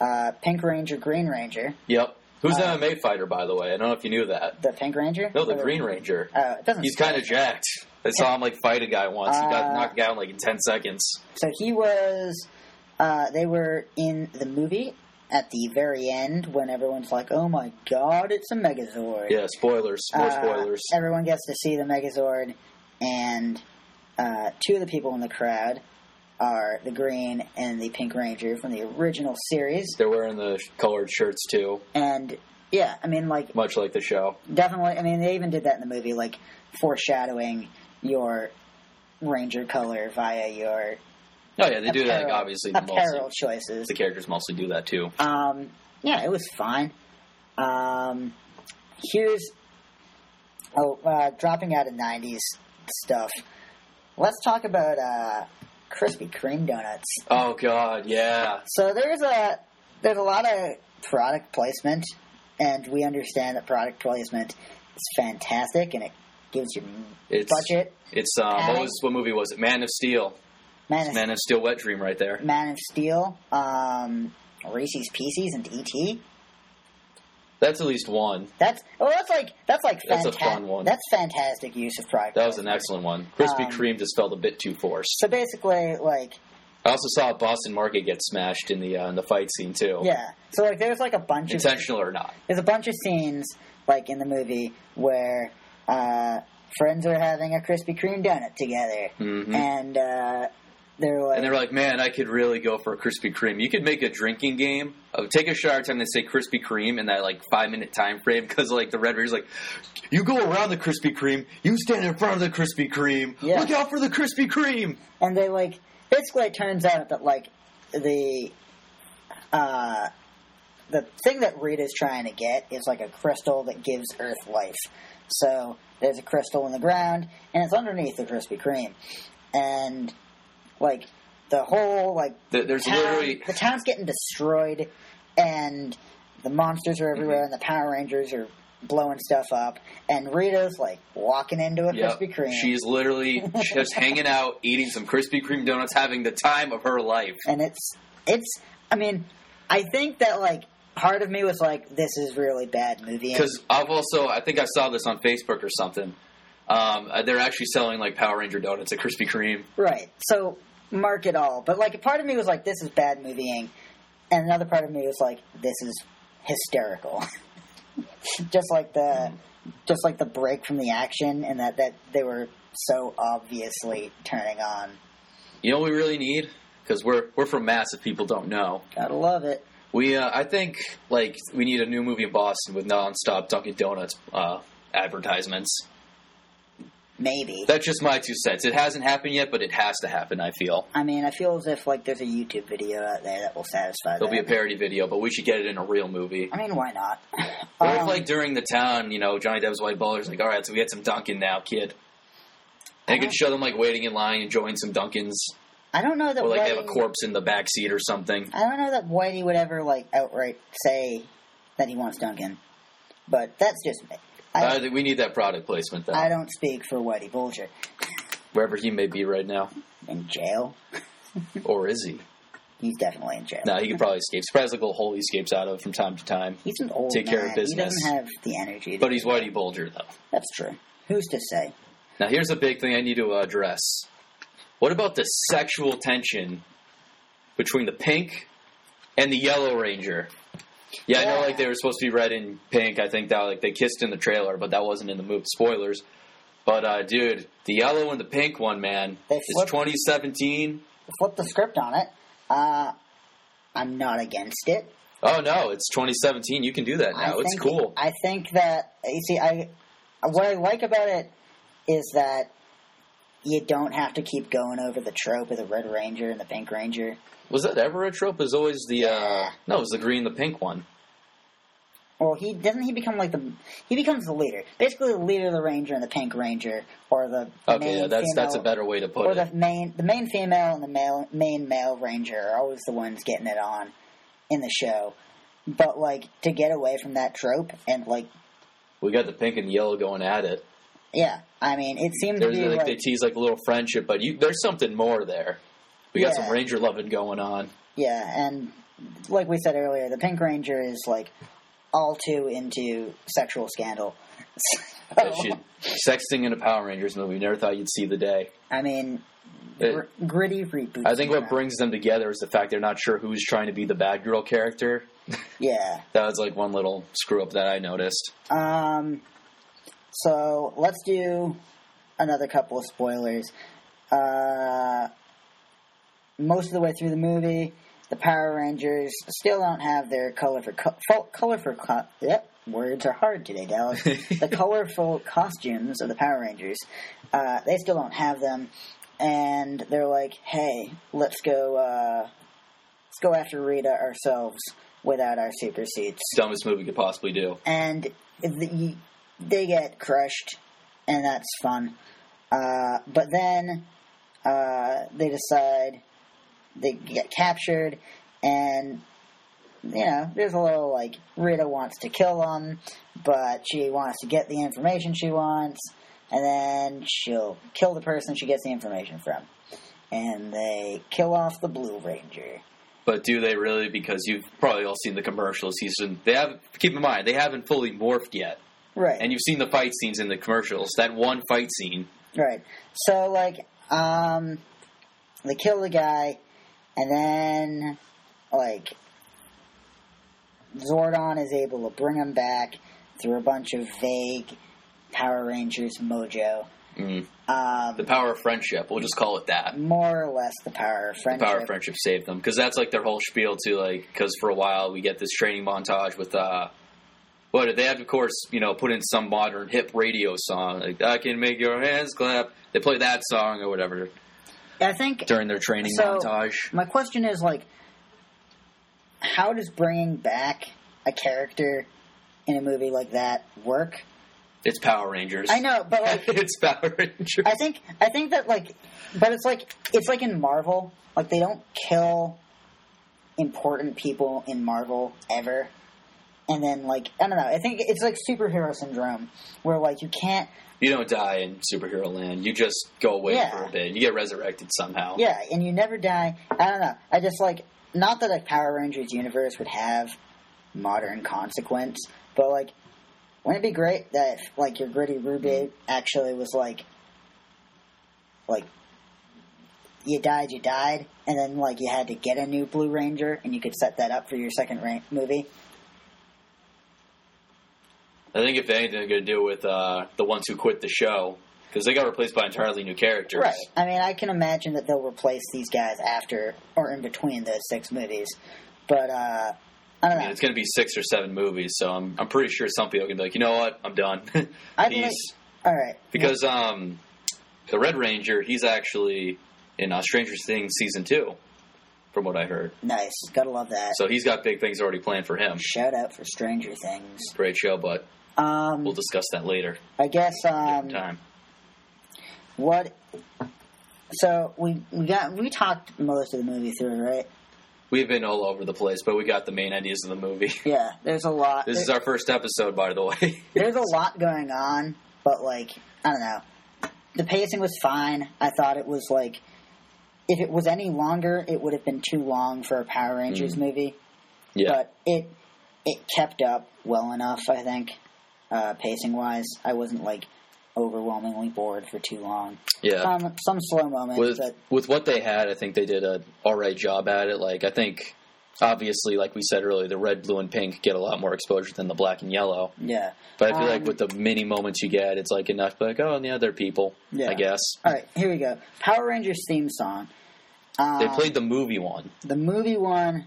[SPEAKER 2] Uh, Pink Ranger, Green Ranger,
[SPEAKER 1] Yep. Who's
[SPEAKER 2] Uh,
[SPEAKER 1] an MMA fighter, by the way? I don't know if you knew that.
[SPEAKER 2] the Pink Ranger.
[SPEAKER 1] No, the
[SPEAKER 2] Or
[SPEAKER 1] Green Ranger.
[SPEAKER 2] Oh, it doesn't.
[SPEAKER 1] He's kind of jacked. I saw him like fight a guy once. He
[SPEAKER 2] Uh,
[SPEAKER 1] got knocked down like in ten seconds.
[SPEAKER 2] So he was. Uh, they were in the movie at the very end when everyone's like, "Oh my god, it's a Megazord!"
[SPEAKER 1] Yeah, spoilers. More
[SPEAKER 2] Uh,
[SPEAKER 1] spoilers.
[SPEAKER 2] Everyone gets to see the Megazord, and uh, two of the people in the crowd are the Green and the Pink Ranger from the original series.
[SPEAKER 1] They're wearing the sh- colored shirts too,
[SPEAKER 2] And yeah, I mean, like
[SPEAKER 1] much like the show.
[SPEAKER 2] definitely. I mean, they even did that in the movie, like foreshadowing your Ranger color via your
[SPEAKER 1] Oh yeah, they do that. Like,
[SPEAKER 2] apparel-
[SPEAKER 1] obviously, the,
[SPEAKER 2] apparel
[SPEAKER 1] mostly,
[SPEAKER 2] choices.
[SPEAKER 1] the characters mostly do that too.
[SPEAKER 2] Um, yeah, it was fine. Um, here's oh, uh, dropping out of '90s stuff. Let's talk about uh, Krispy Kreme donuts.
[SPEAKER 1] Oh god, yeah.
[SPEAKER 2] So there's a there's a lot of product placement, and we understand that product placement is fantastic, and it gives you
[SPEAKER 1] It's
[SPEAKER 2] budget.
[SPEAKER 1] It's um,
[SPEAKER 2] Adam?
[SPEAKER 1] what was what movie was it? Man of Steel.
[SPEAKER 2] Man of,
[SPEAKER 1] Man of Steel, Wet Dream, right there.
[SPEAKER 2] Man of Steel, um, Reese's Pieces, and ET.
[SPEAKER 1] That's at least one.
[SPEAKER 2] That's well. That's like that's like
[SPEAKER 1] That's a
[SPEAKER 2] fantastic.
[SPEAKER 1] fun one.
[SPEAKER 2] That's fantastic use of product.
[SPEAKER 1] That was an
[SPEAKER 2] placement.
[SPEAKER 1] excellent one. Krispy
[SPEAKER 2] Um,
[SPEAKER 1] Kreme just felt a bit too forced.
[SPEAKER 2] So basically, like,
[SPEAKER 1] I also saw a Boston Market get smashed in the uh, in the fight scene too.
[SPEAKER 2] yeah. So like, there's like a bunch of
[SPEAKER 1] intentional or not?
[SPEAKER 2] there's a bunch of scenes like in the movie where uh, friends are having a Krispy Kreme donut together,
[SPEAKER 1] Mhm.
[SPEAKER 2] and uh, they're like,
[SPEAKER 1] And they were like, "Man, I could really go for a Krispy Kreme. You could make a drinking game of take a shot every time they say Krispy Kreme in that like five minute time frame because like the Red Raiders like, you go around the Krispy Kreme, you stand in front of the Krispy Kreme,
[SPEAKER 2] Yeah.
[SPEAKER 1] look out for the Krispy Kreme.
[SPEAKER 2] and they like basically it turns out that like the uh the thing that Rita's trying to get is like a crystal that gives Earth life. So there's a crystal in the ground, and it's underneath the Krispy Kreme, and like the whole like
[SPEAKER 1] Th- There's
[SPEAKER 2] town,
[SPEAKER 1] literally
[SPEAKER 2] the town's getting destroyed, and the monsters are everywhere, and the Power Rangers are blowing stuff up, and Rita's like walking into a
[SPEAKER 1] Yep.
[SPEAKER 2] Krispy Kreme.
[SPEAKER 1] She's literally just hanging out, eating some Krispy Kreme donuts, having the time of her life.
[SPEAKER 2] and it's it's i mean i think that like part of me was like this is really bad movie and
[SPEAKER 1] Because I've also, I think I saw this on Facebook or something. Um, uh, they're actually selling like Power Ranger donuts at Krispy Kreme.
[SPEAKER 2] right so mark it all but like a part of me was like this is bad movieing and another part of me was like this is hysterical just like the just like the break from the action and that that they were so obviously turning on
[SPEAKER 1] You know what we really need? Because we're we're from Mass. If people don't know,
[SPEAKER 2] gotta love it
[SPEAKER 1] we uh, I think like we need a new movie in Boston with nonstop Dunkin' Donuts uh, advertisements.
[SPEAKER 2] maybe
[SPEAKER 1] That's just my two cents. It hasn't happened yet, but it has to happen. I feel
[SPEAKER 2] i mean i feel as if like there's a youtube video out there that will satisfy
[SPEAKER 1] there'll be a
[SPEAKER 2] that.
[SPEAKER 1] parody video, but we should get it in a real movie.
[SPEAKER 2] I mean why not
[SPEAKER 1] Or if,
[SPEAKER 2] Um,
[SPEAKER 1] like during the town, you know, Johnny Depp's white baller's like, all right, so we had some Dunkin' now, kid. And you could show them like waiting in line, enjoying some Dunkins,
[SPEAKER 2] I don't know that
[SPEAKER 1] or like they
[SPEAKER 2] Whitey,
[SPEAKER 1] have a corpse in the back seat or something.
[SPEAKER 2] I don't know that Whitey would ever like outright say that he wants Duncan, but that's just me. I,
[SPEAKER 1] Uh, we need that product placement though,
[SPEAKER 2] I don't speak for Whitey Bulger
[SPEAKER 1] wherever he may be right now,
[SPEAKER 2] in jail.
[SPEAKER 1] or is he?
[SPEAKER 2] He's definitely in jail.
[SPEAKER 1] No, he could probably escape. Surprise the little hole he escapes out of from time to time.
[SPEAKER 2] He's an old
[SPEAKER 1] Take
[SPEAKER 2] man.
[SPEAKER 1] care of
[SPEAKER 2] He
[SPEAKER 1] business.
[SPEAKER 2] doesn't have the energy. To,
[SPEAKER 1] But he's Whitey Bulger though.
[SPEAKER 2] that's true. Who's to say?
[SPEAKER 1] Now here's a big thing I need to address. What about the sexual tension between the pink and the yellow ranger? Yeah, I know
[SPEAKER 2] Yeah.
[SPEAKER 1] like they were supposed to be red and pink. I think that like they kissed in the trailer, but that wasn't in the movie. Spoilers. But uh, dude, the yellow and the pink one, man,
[SPEAKER 2] They
[SPEAKER 1] is
[SPEAKER 2] flipped-
[SPEAKER 1] 2017.
[SPEAKER 2] Flip the script on it. Uh, I'm not against it.
[SPEAKER 1] Oh no, it's 2017. You can do that now.
[SPEAKER 2] I
[SPEAKER 1] It's
[SPEAKER 2] think,
[SPEAKER 1] cool.
[SPEAKER 2] I think that you see, I what I like about it is that you don't have to keep going over the trope of the Red Ranger and the Pink Ranger.
[SPEAKER 1] Was that ever a trope? It was always the uh,
[SPEAKER 2] Yeah.
[SPEAKER 1] no, it was the green, and the pink one.
[SPEAKER 2] Well, he doesn't. He become like the he becomes the leader, basically the leader of the Ranger and the Pink Ranger, or the main
[SPEAKER 1] Okay, Oh, yeah, that's that's a
[SPEAKER 2] female-
[SPEAKER 1] better way to put
[SPEAKER 2] Or
[SPEAKER 1] it.
[SPEAKER 2] the main the main female and the male main male Ranger are always the ones getting it on in the show. But like to get away from that trope and like
[SPEAKER 1] We got the pink and yellow going at it.
[SPEAKER 2] yeah, I mean it seemed to
[SPEAKER 1] There's
[SPEAKER 2] be
[SPEAKER 1] like,
[SPEAKER 2] like,
[SPEAKER 1] they tease like a little friendship, but you, there's something more there. We got
[SPEAKER 2] Yeah.
[SPEAKER 1] some ranger loving going on.
[SPEAKER 2] yeah, and like we said earlier, the Pink Ranger is like all too into sexual scandal. So,
[SPEAKER 1] That
[SPEAKER 2] Oh.
[SPEAKER 1] shit- sexting in a Power Rangers movie. Never thought you'd see the day.
[SPEAKER 2] I mean,
[SPEAKER 1] It-
[SPEAKER 2] gr- gritty reboot.
[SPEAKER 1] I think what brings them together is the fact they're not sure who's trying to be the bad girl character.
[SPEAKER 2] yeah.
[SPEAKER 1] That was like one little screw up that I noticed.
[SPEAKER 2] Um, so let's do another couple of spoilers. Uh, most of the way through the movie, the Power Rangers still don't have their colorful co- fo- colorful co- yep words are hard today, Dallas. the colorful costumes of the Power Rangers, uh, they still don't have them, and they're like, "Hey, let's go, uh, let's go after Rita ourselves without our super suits."
[SPEAKER 1] Dumbest movie could possibly do.
[SPEAKER 2] and th- you- they get crushed, and that's fun. Uh, but then uh, they decide they get captured, and you know, there's a little like Rita wants to kill them, but she wants to get the information she wants, and then she'll kill the person she gets the information from. And they kill off the Blue Ranger.
[SPEAKER 1] But do they really? Because you've probably all seen the commercials. He's in, they have. Keep in mind they haven't fully morphed yet,
[SPEAKER 2] Right.
[SPEAKER 1] and you've seen the fight scenes in the commercials. That one fight scene.
[SPEAKER 2] Right. So like, um, they kill the guy, and then like, Zordon is able to bring him back through a bunch of vague Power Rangers mojo.
[SPEAKER 1] Mm.
[SPEAKER 2] Um,
[SPEAKER 1] The power of friendship. We'll just call it that.
[SPEAKER 2] more or less the power of friendship.
[SPEAKER 1] The power of friendship saved them because that's like their whole spiel too. Like because for a while we get this training montage with uh, what they have of course you know put in some modern hip radio song like I can make your hands clap. They play that song or whatever
[SPEAKER 2] I think
[SPEAKER 1] during their training
[SPEAKER 2] So-
[SPEAKER 1] montage.
[SPEAKER 2] my question is like, how does bringing back a character in a movie like that work?
[SPEAKER 1] It's Power Rangers.
[SPEAKER 2] I know, but like.
[SPEAKER 1] it's Power Rangers.
[SPEAKER 2] I think I think that like, but it's like it's like in Marvel, like they don't kill important people in Marvel ever. And then like I don't know, I think it's like superhero syndrome where like you can't,
[SPEAKER 1] you don't die in superhero land. You just go away
[SPEAKER 2] Yeah.
[SPEAKER 1] for a bit. You get resurrected somehow.
[SPEAKER 2] yeah, and you never die. I don't know. I just like not that a Power Rangers universe would have modern consequence, but like wouldn't it be great that like your gritty reboot actually was like like you died, you died, and then like you had to get a new Blue Ranger, and you could set that up for your second ra- movie.
[SPEAKER 1] I think if anything, they're going to do with uh, the ones who quit the show because they got replaced by entirely new characters.
[SPEAKER 2] Right. I mean, I can imagine that they'll replace these guys after or in between those six movies, but uh, I don't
[SPEAKER 1] I mean,
[SPEAKER 2] know.
[SPEAKER 1] it's going to be six or seven movies, so I'm, I'm pretty sure some people are going to be like, you know what, I'm done.
[SPEAKER 2] I think
[SPEAKER 1] Peace.
[SPEAKER 2] all right
[SPEAKER 1] Because um, the Red Ranger, he's actually in uh, Stranger Things season two, from what I heard.
[SPEAKER 2] nice. Gotta love that.
[SPEAKER 1] So he's got big things already planned for him.
[SPEAKER 2] Shout out for Stranger Things.
[SPEAKER 1] Great show, but
[SPEAKER 2] Um,
[SPEAKER 1] we'll discuss that later.
[SPEAKER 2] I guess um,
[SPEAKER 1] Different time.
[SPEAKER 2] what? So we we got we talked most of the movie through, right?
[SPEAKER 1] We've been all over the place, but we got the main ideas of the movie.
[SPEAKER 2] Yeah, there's a lot.
[SPEAKER 1] This is our first episode, by the way.
[SPEAKER 2] there's a lot going on, but like I don't know. The pacing was fine. I thought it was like if it was any longer, it would have been too long for a Power Rangers
[SPEAKER 1] Mm.
[SPEAKER 2] movie.
[SPEAKER 1] yeah.
[SPEAKER 2] But it it kept up well enough, I think, uh, pacing wise. I wasn't like overwhelmingly bored for too long.
[SPEAKER 1] yeah.
[SPEAKER 2] Um, some slow moments,
[SPEAKER 1] with
[SPEAKER 2] but
[SPEAKER 1] with what they had, I think they did a all right job at it. Like I think, obviously, like we said earlier, the red, blue, and pink get a lot more exposure than the black and yellow.
[SPEAKER 2] yeah.
[SPEAKER 1] But I feel like
[SPEAKER 2] Um,
[SPEAKER 1] with the mini moments you get, it's like enough. Like oh, and the other people,
[SPEAKER 2] Yeah.
[SPEAKER 1] I guess
[SPEAKER 2] All right, here we go. Power Rangers theme song. Um,
[SPEAKER 1] they played the movie one,
[SPEAKER 2] the movie one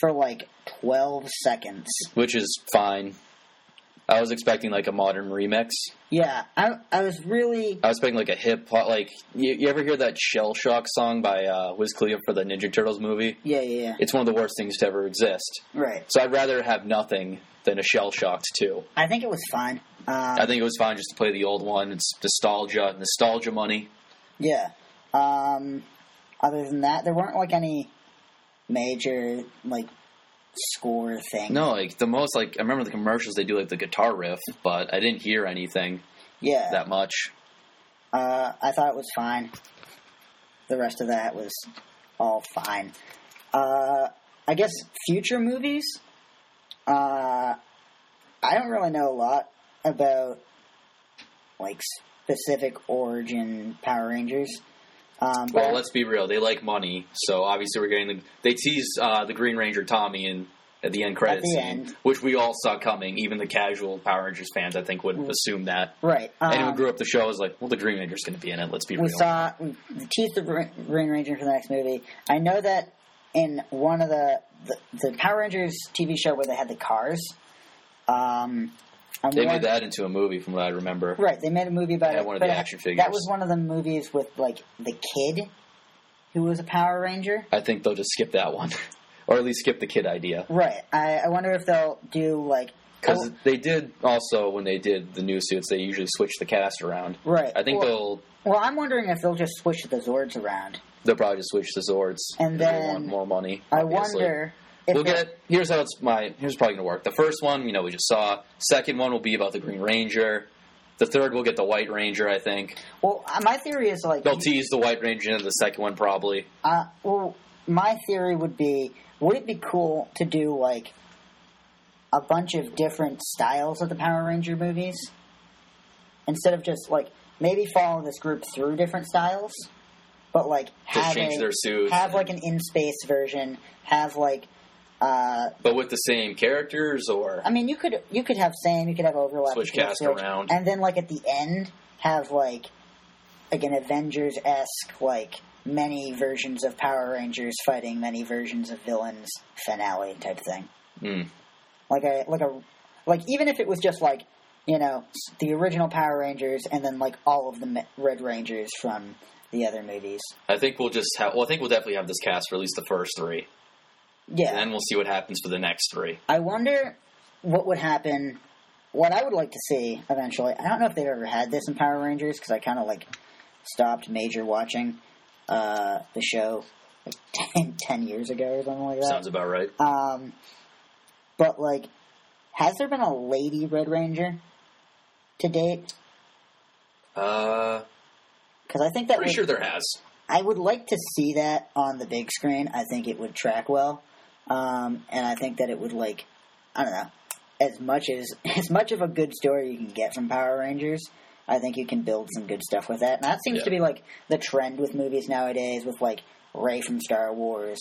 [SPEAKER 2] for like twelve seconds.
[SPEAKER 1] which is fine. I was expecting like a modern remix.
[SPEAKER 2] Yeah, I I was really
[SPEAKER 1] I was expecting like a hip hop. Like you, you ever hear that shell shock song by uh, Wiz Khalifa for the Ninja Turtles movie?
[SPEAKER 2] yeah yeah
[SPEAKER 1] It's one of the worst things to ever exist.
[SPEAKER 2] yeah right.
[SPEAKER 1] So I'd rather have nothing than a shell shocked too.
[SPEAKER 2] I think it was fine. Um,
[SPEAKER 1] I think it was fine just to play the old one. It's nostalgia, nostalgia money.
[SPEAKER 2] yeah. Um, other than that, there weren't like any major like score thing.
[SPEAKER 1] No, like the most like I remember the commercials they do like the guitar riff, but I didn't hear anything
[SPEAKER 2] yeah,
[SPEAKER 1] that much.
[SPEAKER 2] Uh, I thought it was fine. The rest of that was all fine. Uh, I guess future movies. Uh, I don't really know a lot about like specific origin Power Rangers. Um, but
[SPEAKER 1] Well, let's be real. They like money, so obviously we're getting the. They tease uh, the Green Ranger Tommy in at the end credits
[SPEAKER 2] the
[SPEAKER 1] scene,
[SPEAKER 2] end.
[SPEAKER 1] which we all saw coming. Even the casual Power Rangers fans, I think, would
[SPEAKER 2] Mm.
[SPEAKER 1] assume that.
[SPEAKER 2] right. Um,
[SPEAKER 1] Anyone who grew up the show is like, well, the Green Ranger's going to be in it. Let's be
[SPEAKER 2] we
[SPEAKER 1] real.
[SPEAKER 2] saw we teased the Ring Green Ranger for the next movie. I know that in one of the the, the Power Rangers TV show where they had the cars. Um, I'm
[SPEAKER 1] they
[SPEAKER 2] wondering-
[SPEAKER 1] made that into a movie, from what I remember.
[SPEAKER 2] Right, they made a movie about
[SPEAKER 1] Yeah,
[SPEAKER 2] it.
[SPEAKER 1] one of
[SPEAKER 2] but
[SPEAKER 1] the action figures.
[SPEAKER 2] That was one of the movies with like the kid who was a Power Ranger.
[SPEAKER 1] I think they'll just skip that one, or at least skip the kid idea.
[SPEAKER 2] Right. I, I wonder if they'll do like
[SPEAKER 1] Because they did also when they did the new suits, they usually switch the cast around.
[SPEAKER 2] oh, right.
[SPEAKER 1] I think
[SPEAKER 2] well,
[SPEAKER 1] they'll
[SPEAKER 2] Well, I'm wondering if they'll just switch the Zords around.
[SPEAKER 1] they'll probably just switch the Zords
[SPEAKER 2] And
[SPEAKER 1] 'cause they want
[SPEAKER 2] then
[SPEAKER 1] more money.
[SPEAKER 2] I
[SPEAKER 1] obviously.
[SPEAKER 2] wonder if
[SPEAKER 1] We'll
[SPEAKER 2] they'll-
[SPEAKER 1] get here's how it's my here's probably gonna work. The first one, you know, we just saw. Second one will be about the Green Ranger. The third we'll get the White Ranger, I think.
[SPEAKER 2] Well, uh, my theory is like
[SPEAKER 1] They'll tease the White Ranger in the second one probably.
[SPEAKER 2] Uh, well, my theory would be: would it be cool to do like a bunch of different styles of the Power Ranger movies instead of just like maybe follow this group through different styles, but like
[SPEAKER 1] Just
[SPEAKER 2] have
[SPEAKER 1] change
[SPEAKER 2] a-
[SPEAKER 1] their suits.
[SPEAKER 2] have like an in space version, have like. Uh,
[SPEAKER 1] but with the same characters or
[SPEAKER 2] I mean, you could you could have same, you could have overlap,
[SPEAKER 1] Switch
[SPEAKER 2] you could have
[SPEAKER 1] cast around.
[SPEAKER 2] and then like at the end have like like an Avengers esque like many versions of Power Rangers fighting many versions of villains finale type thing.
[SPEAKER 1] Hmm.
[SPEAKER 2] Like a like a like even if it was just like you know s- the original Power Rangers and then like all of the me- Red Rangers from the other movies.
[SPEAKER 1] I think we'll just have well I think we'll definitely have this cast for at least the first three.
[SPEAKER 2] Yeah,
[SPEAKER 1] And then we'll see what happens for the next three.
[SPEAKER 2] I wonder what would happen. What I would like to see eventually. I don't know if they've ever had this in Power Rangers because I kind of like stopped major watching uh, the show like 10, 10 years ago or something like that.
[SPEAKER 1] Sounds about right.
[SPEAKER 2] um, but like, has there been a lady Red Ranger to date?
[SPEAKER 1] Uh
[SPEAKER 2] Because I think that
[SPEAKER 1] pretty
[SPEAKER 2] would,
[SPEAKER 1] sure there has.
[SPEAKER 2] I would like to see that on the big screen. I think it would track well, um, and I think that it would like I don't know as much as as much of a good story you can get from Power Rangers. I think you can build some good stuff with that, and that seems
[SPEAKER 1] Yeah.
[SPEAKER 2] to be like the trend with movies nowadays. With like Ray from Star Wars,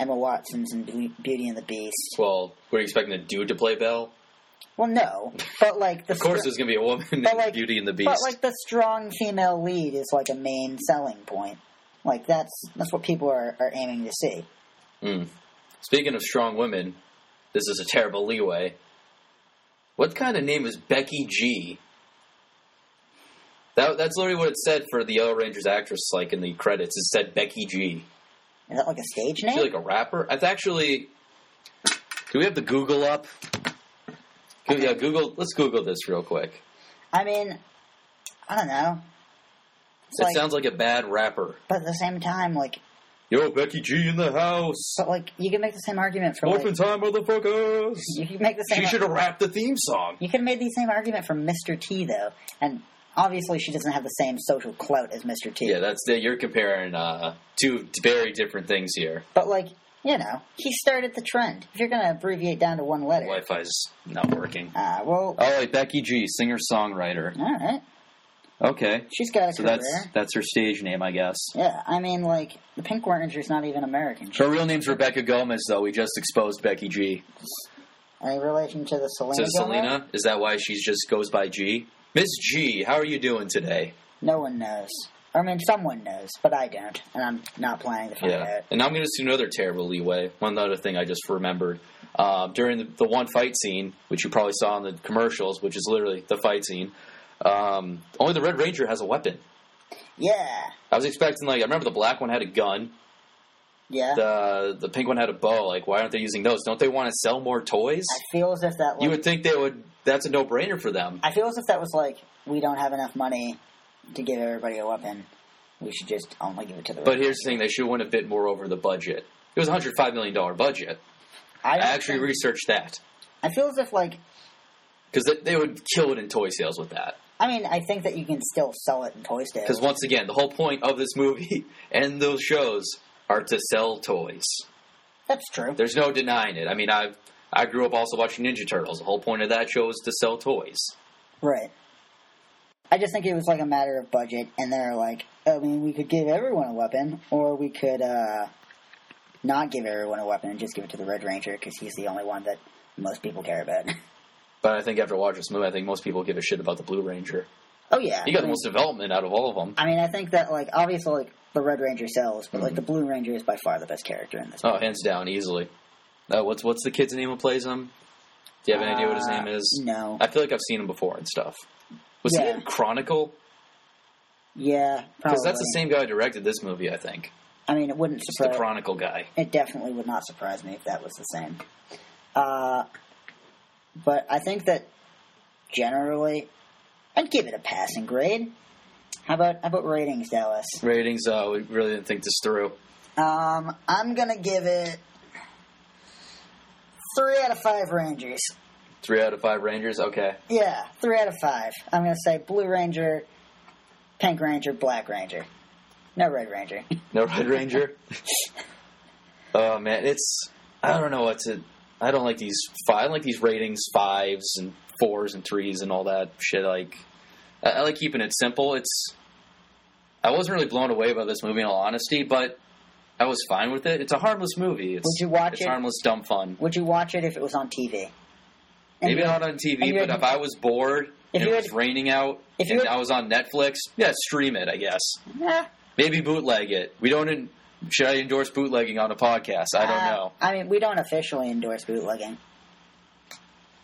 [SPEAKER 2] Emma Watson's in Be- Beauty and the Beast.
[SPEAKER 1] Well, we're expecting a dude to play Belle.
[SPEAKER 2] Well, no, but like the
[SPEAKER 1] Of course
[SPEAKER 2] str-
[SPEAKER 1] there's gonna be a woman in
[SPEAKER 2] But, like-
[SPEAKER 1] Beauty and the Beast.
[SPEAKER 2] but like the strong female lead is like a main selling point. Like that's that's what people are, are aiming to see.
[SPEAKER 1] Mm. Speaking of strong women, this is a terrible leeway. What kind of name is Becky G? That, that's literally what it said for the Yellow Rangers actress, like in the credits. It said Becky G.
[SPEAKER 2] Is that like a stage
[SPEAKER 1] Is
[SPEAKER 2] name?
[SPEAKER 1] she like a rapper? That's actually. Do we have the Google up? Go- Yeah, Google. Let's Google this real quick.
[SPEAKER 2] I mean, I don't know. It's
[SPEAKER 1] It
[SPEAKER 2] like,
[SPEAKER 1] sounds like a bad rapper.
[SPEAKER 2] but at the same time, like,
[SPEAKER 1] Yo, Becky G in the house.
[SPEAKER 2] but like, you can make the same argument for
[SPEAKER 1] Open
[SPEAKER 2] like,
[SPEAKER 1] time, motherfuckers.
[SPEAKER 2] you can make the same.
[SPEAKER 1] She should have rapped the theme song.
[SPEAKER 2] You could have made the same argument for Mr. T though, and obviously she doesn't have the same social clout as Mr. T.
[SPEAKER 1] Yeah, that's the, you're comparing uh, two very different things here.
[SPEAKER 2] But like, you know, he started the trend. If you're gonna abbreviate down to one letter,
[SPEAKER 1] Wi-Fi's not working.
[SPEAKER 2] uh, well,
[SPEAKER 1] Oh, like Becky G, singer songwriter.
[SPEAKER 2] all right,
[SPEAKER 1] Okay,
[SPEAKER 2] she's got a
[SPEAKER 1] so
[SPEAKER 2] career.
[SPEAKER 1] that's that's her stage name, I guess.
[SPEAKER 2] yeah, I mean, like, the Pink Ranger's not even American.
[SPEAKER 1] Her real name's Rebecca Gomez, though. We just exposed Becky G.
[SPEAKER 2] Any relation to the Selena?
[SPEAKER 1] So
[SPEAKER 2] Gomez?
[SPEAKER 1] Selena, is that why she just goes by G? Miss G, how are you doing today?
[SPEAKER 2] No one knows. I mean, someone knows, but I don't, and I'm not planning to find out.
[SPEAKER 1] And I'm going to see another terrible leeway. One other thing I just remembered. Uh, during the, the one fight scene, which you probably saw in the commercials, which is literally the fight scene, um, only the Red Ranger has a weapon.
[SPEAKER 2] Yeah,
[SPEAKER 1] I was expecting like I remember the black one had a gun,
[SPEAKER 2] yeah.
[SPEAKER 1] the the pink one had a bow. Like why aren't they using those? Don't they want to sell more toys?
[SPEAKER 2] I feel as if that like,
[SPEAKER 1] You would think they would. That's a no brainer for them.
[SPEAKER 2] I feel as if that was like we don't have enough money to give everybody a weapon. We should just only give it to the.
[SPEAKER 1] But here's the thing: they should have went a bit more over the budget. It was a hundred five million dollar budget. I,
[SPEAKER 2] I don't
[SPEAKER 1] actually
[SPEAKER 2] think-
[SPEAKER 1] researched that
[SPEAKER 2] I feel as if like
[SPEAKER 1] because they, they would kill it in toy sales with that.
[SPEAKER 2] I mean I think that you can still sell it in toy
[SPEAKER 1] Because
[SPEAKER 2] sales.
[SPEAKER 1] once again, the whole point of this movie and those shows are to sell toys.
[SPEAKER 2] That's true.
[SPEAKER 1] There's no denying it. I mean, I I grew up also watching Ninja Turtles. The whole point of that show is to sell toys.
[SPEAKER 2] Right. I just think it was like a matter of budget, and they're like, I mean, we could give everyone a weapon, or we could uh, not give everyone a weapon and just give it to the Red Ranger because he's the only one that most people care about.
[SPEAKER 1] But I think after watching this movie, I think most people give a shit about the Blue Ranger.
[SPEAKER 2] oh yeah,
[SPEAKER 1] He got
[SPEAKER 2] I
[SPEAKER 1] the
[SPEAKER 2] mean,
[SPEAKER 1] most development out of all of them.
[SPEAKER 2] I mean, I think that like obviously like the Red Ranger sells, but like the Blue Ranger is by far the best character in this.
[SPEAKER 1] Oh, hands down, easily. Uh, what's what's the kid's name who plays him? Do you have any idea what his
[SPEAKER 2] Uh,
[SPEAKER 1] name is?
[SPEAKER 2] No.
[SPEAKER 1] I feel like I've seen him before and stuff. Was he
[SPEAKER 2] Yeah. Oh,
[SPEAKER 1] in Chronicle?
[SPEAKER 2] yeah, probably.
[SPEAKER 1] Because that's the same guy who directed this movie, I think.
[SPEAKER 2] I mean, it wouldn't
[SPEAKER 1] It's
[SPEAKER 2] surprise.
[SPEAKER 1] the Chronicle guy.
[SPEAKER 2] It definitely would not surprise me if that was the same. Uh, but I think that generally, I'd give it a passing grade. How about how about ratings, Dallas?
[SPEAKER 1] Ratings, uh, we really didn't think this through.
[SPEAKER 2] Um, I'm gonna give it three out of five Rangers.
[SPEAKER 1] Three out of five Rangers, okay.
[SPEAKER 2] Yeah, three out of five. I'm gonna say Blue Ranger, Pink Ranger, Black Ranger. No Red Ranger.
[SPEAKER 1] No Red Ranger. oh man, it's I don't know what to I don't like these five I don't like these ratings fives and fours and threes and all that shit like I, I like keeping it simple. It's I wasn't really blown away by this movie in all honesty, but I was fine with it. It's a harmless movie. It's,
[SPEAKER 2] Would you watch
[SPEAKER 1] it's
[SPEAKER 2] it?
[SPEAKER 1] harmless, dumb fun.
[SPEAKER 2] Would you watch it if it was on TV? And
[SPEAKER 1] Maybe
[SPEAKER 2] you-
[SPEAKER 1] not on
[SPEAKER 2] and
[SPEAKER 1] TV,
[SPEAKER 2] you
[SPEAKER 1] but
[SPEAKER 2] had-
[SPEAKER 1] if I was bored
[SPEAKER 2] If
[SPEAKER 1] and
[SPEAKER 2] you
[SPEAKER 1] it
[SPEAKER 2] had-
[SPEAKER 1] was raining out
[SPEAKER 2] if you
[SPEAKER 1] and
[SPEAKER 2] had-
[SPEAKER 1] I was on Netflix, yeah, stream it, I guess.
[SPEAKER 2] Nah.
[SPEAKER 1] Maybe bootleg it. We don't. En- should I endorse bootlegging on a podcast? I don't
[SPEAKER 2] Uh,
[SPEAKER 1] know.
[SPEAKER 2] I mean, we don't officially endorse bootlegging.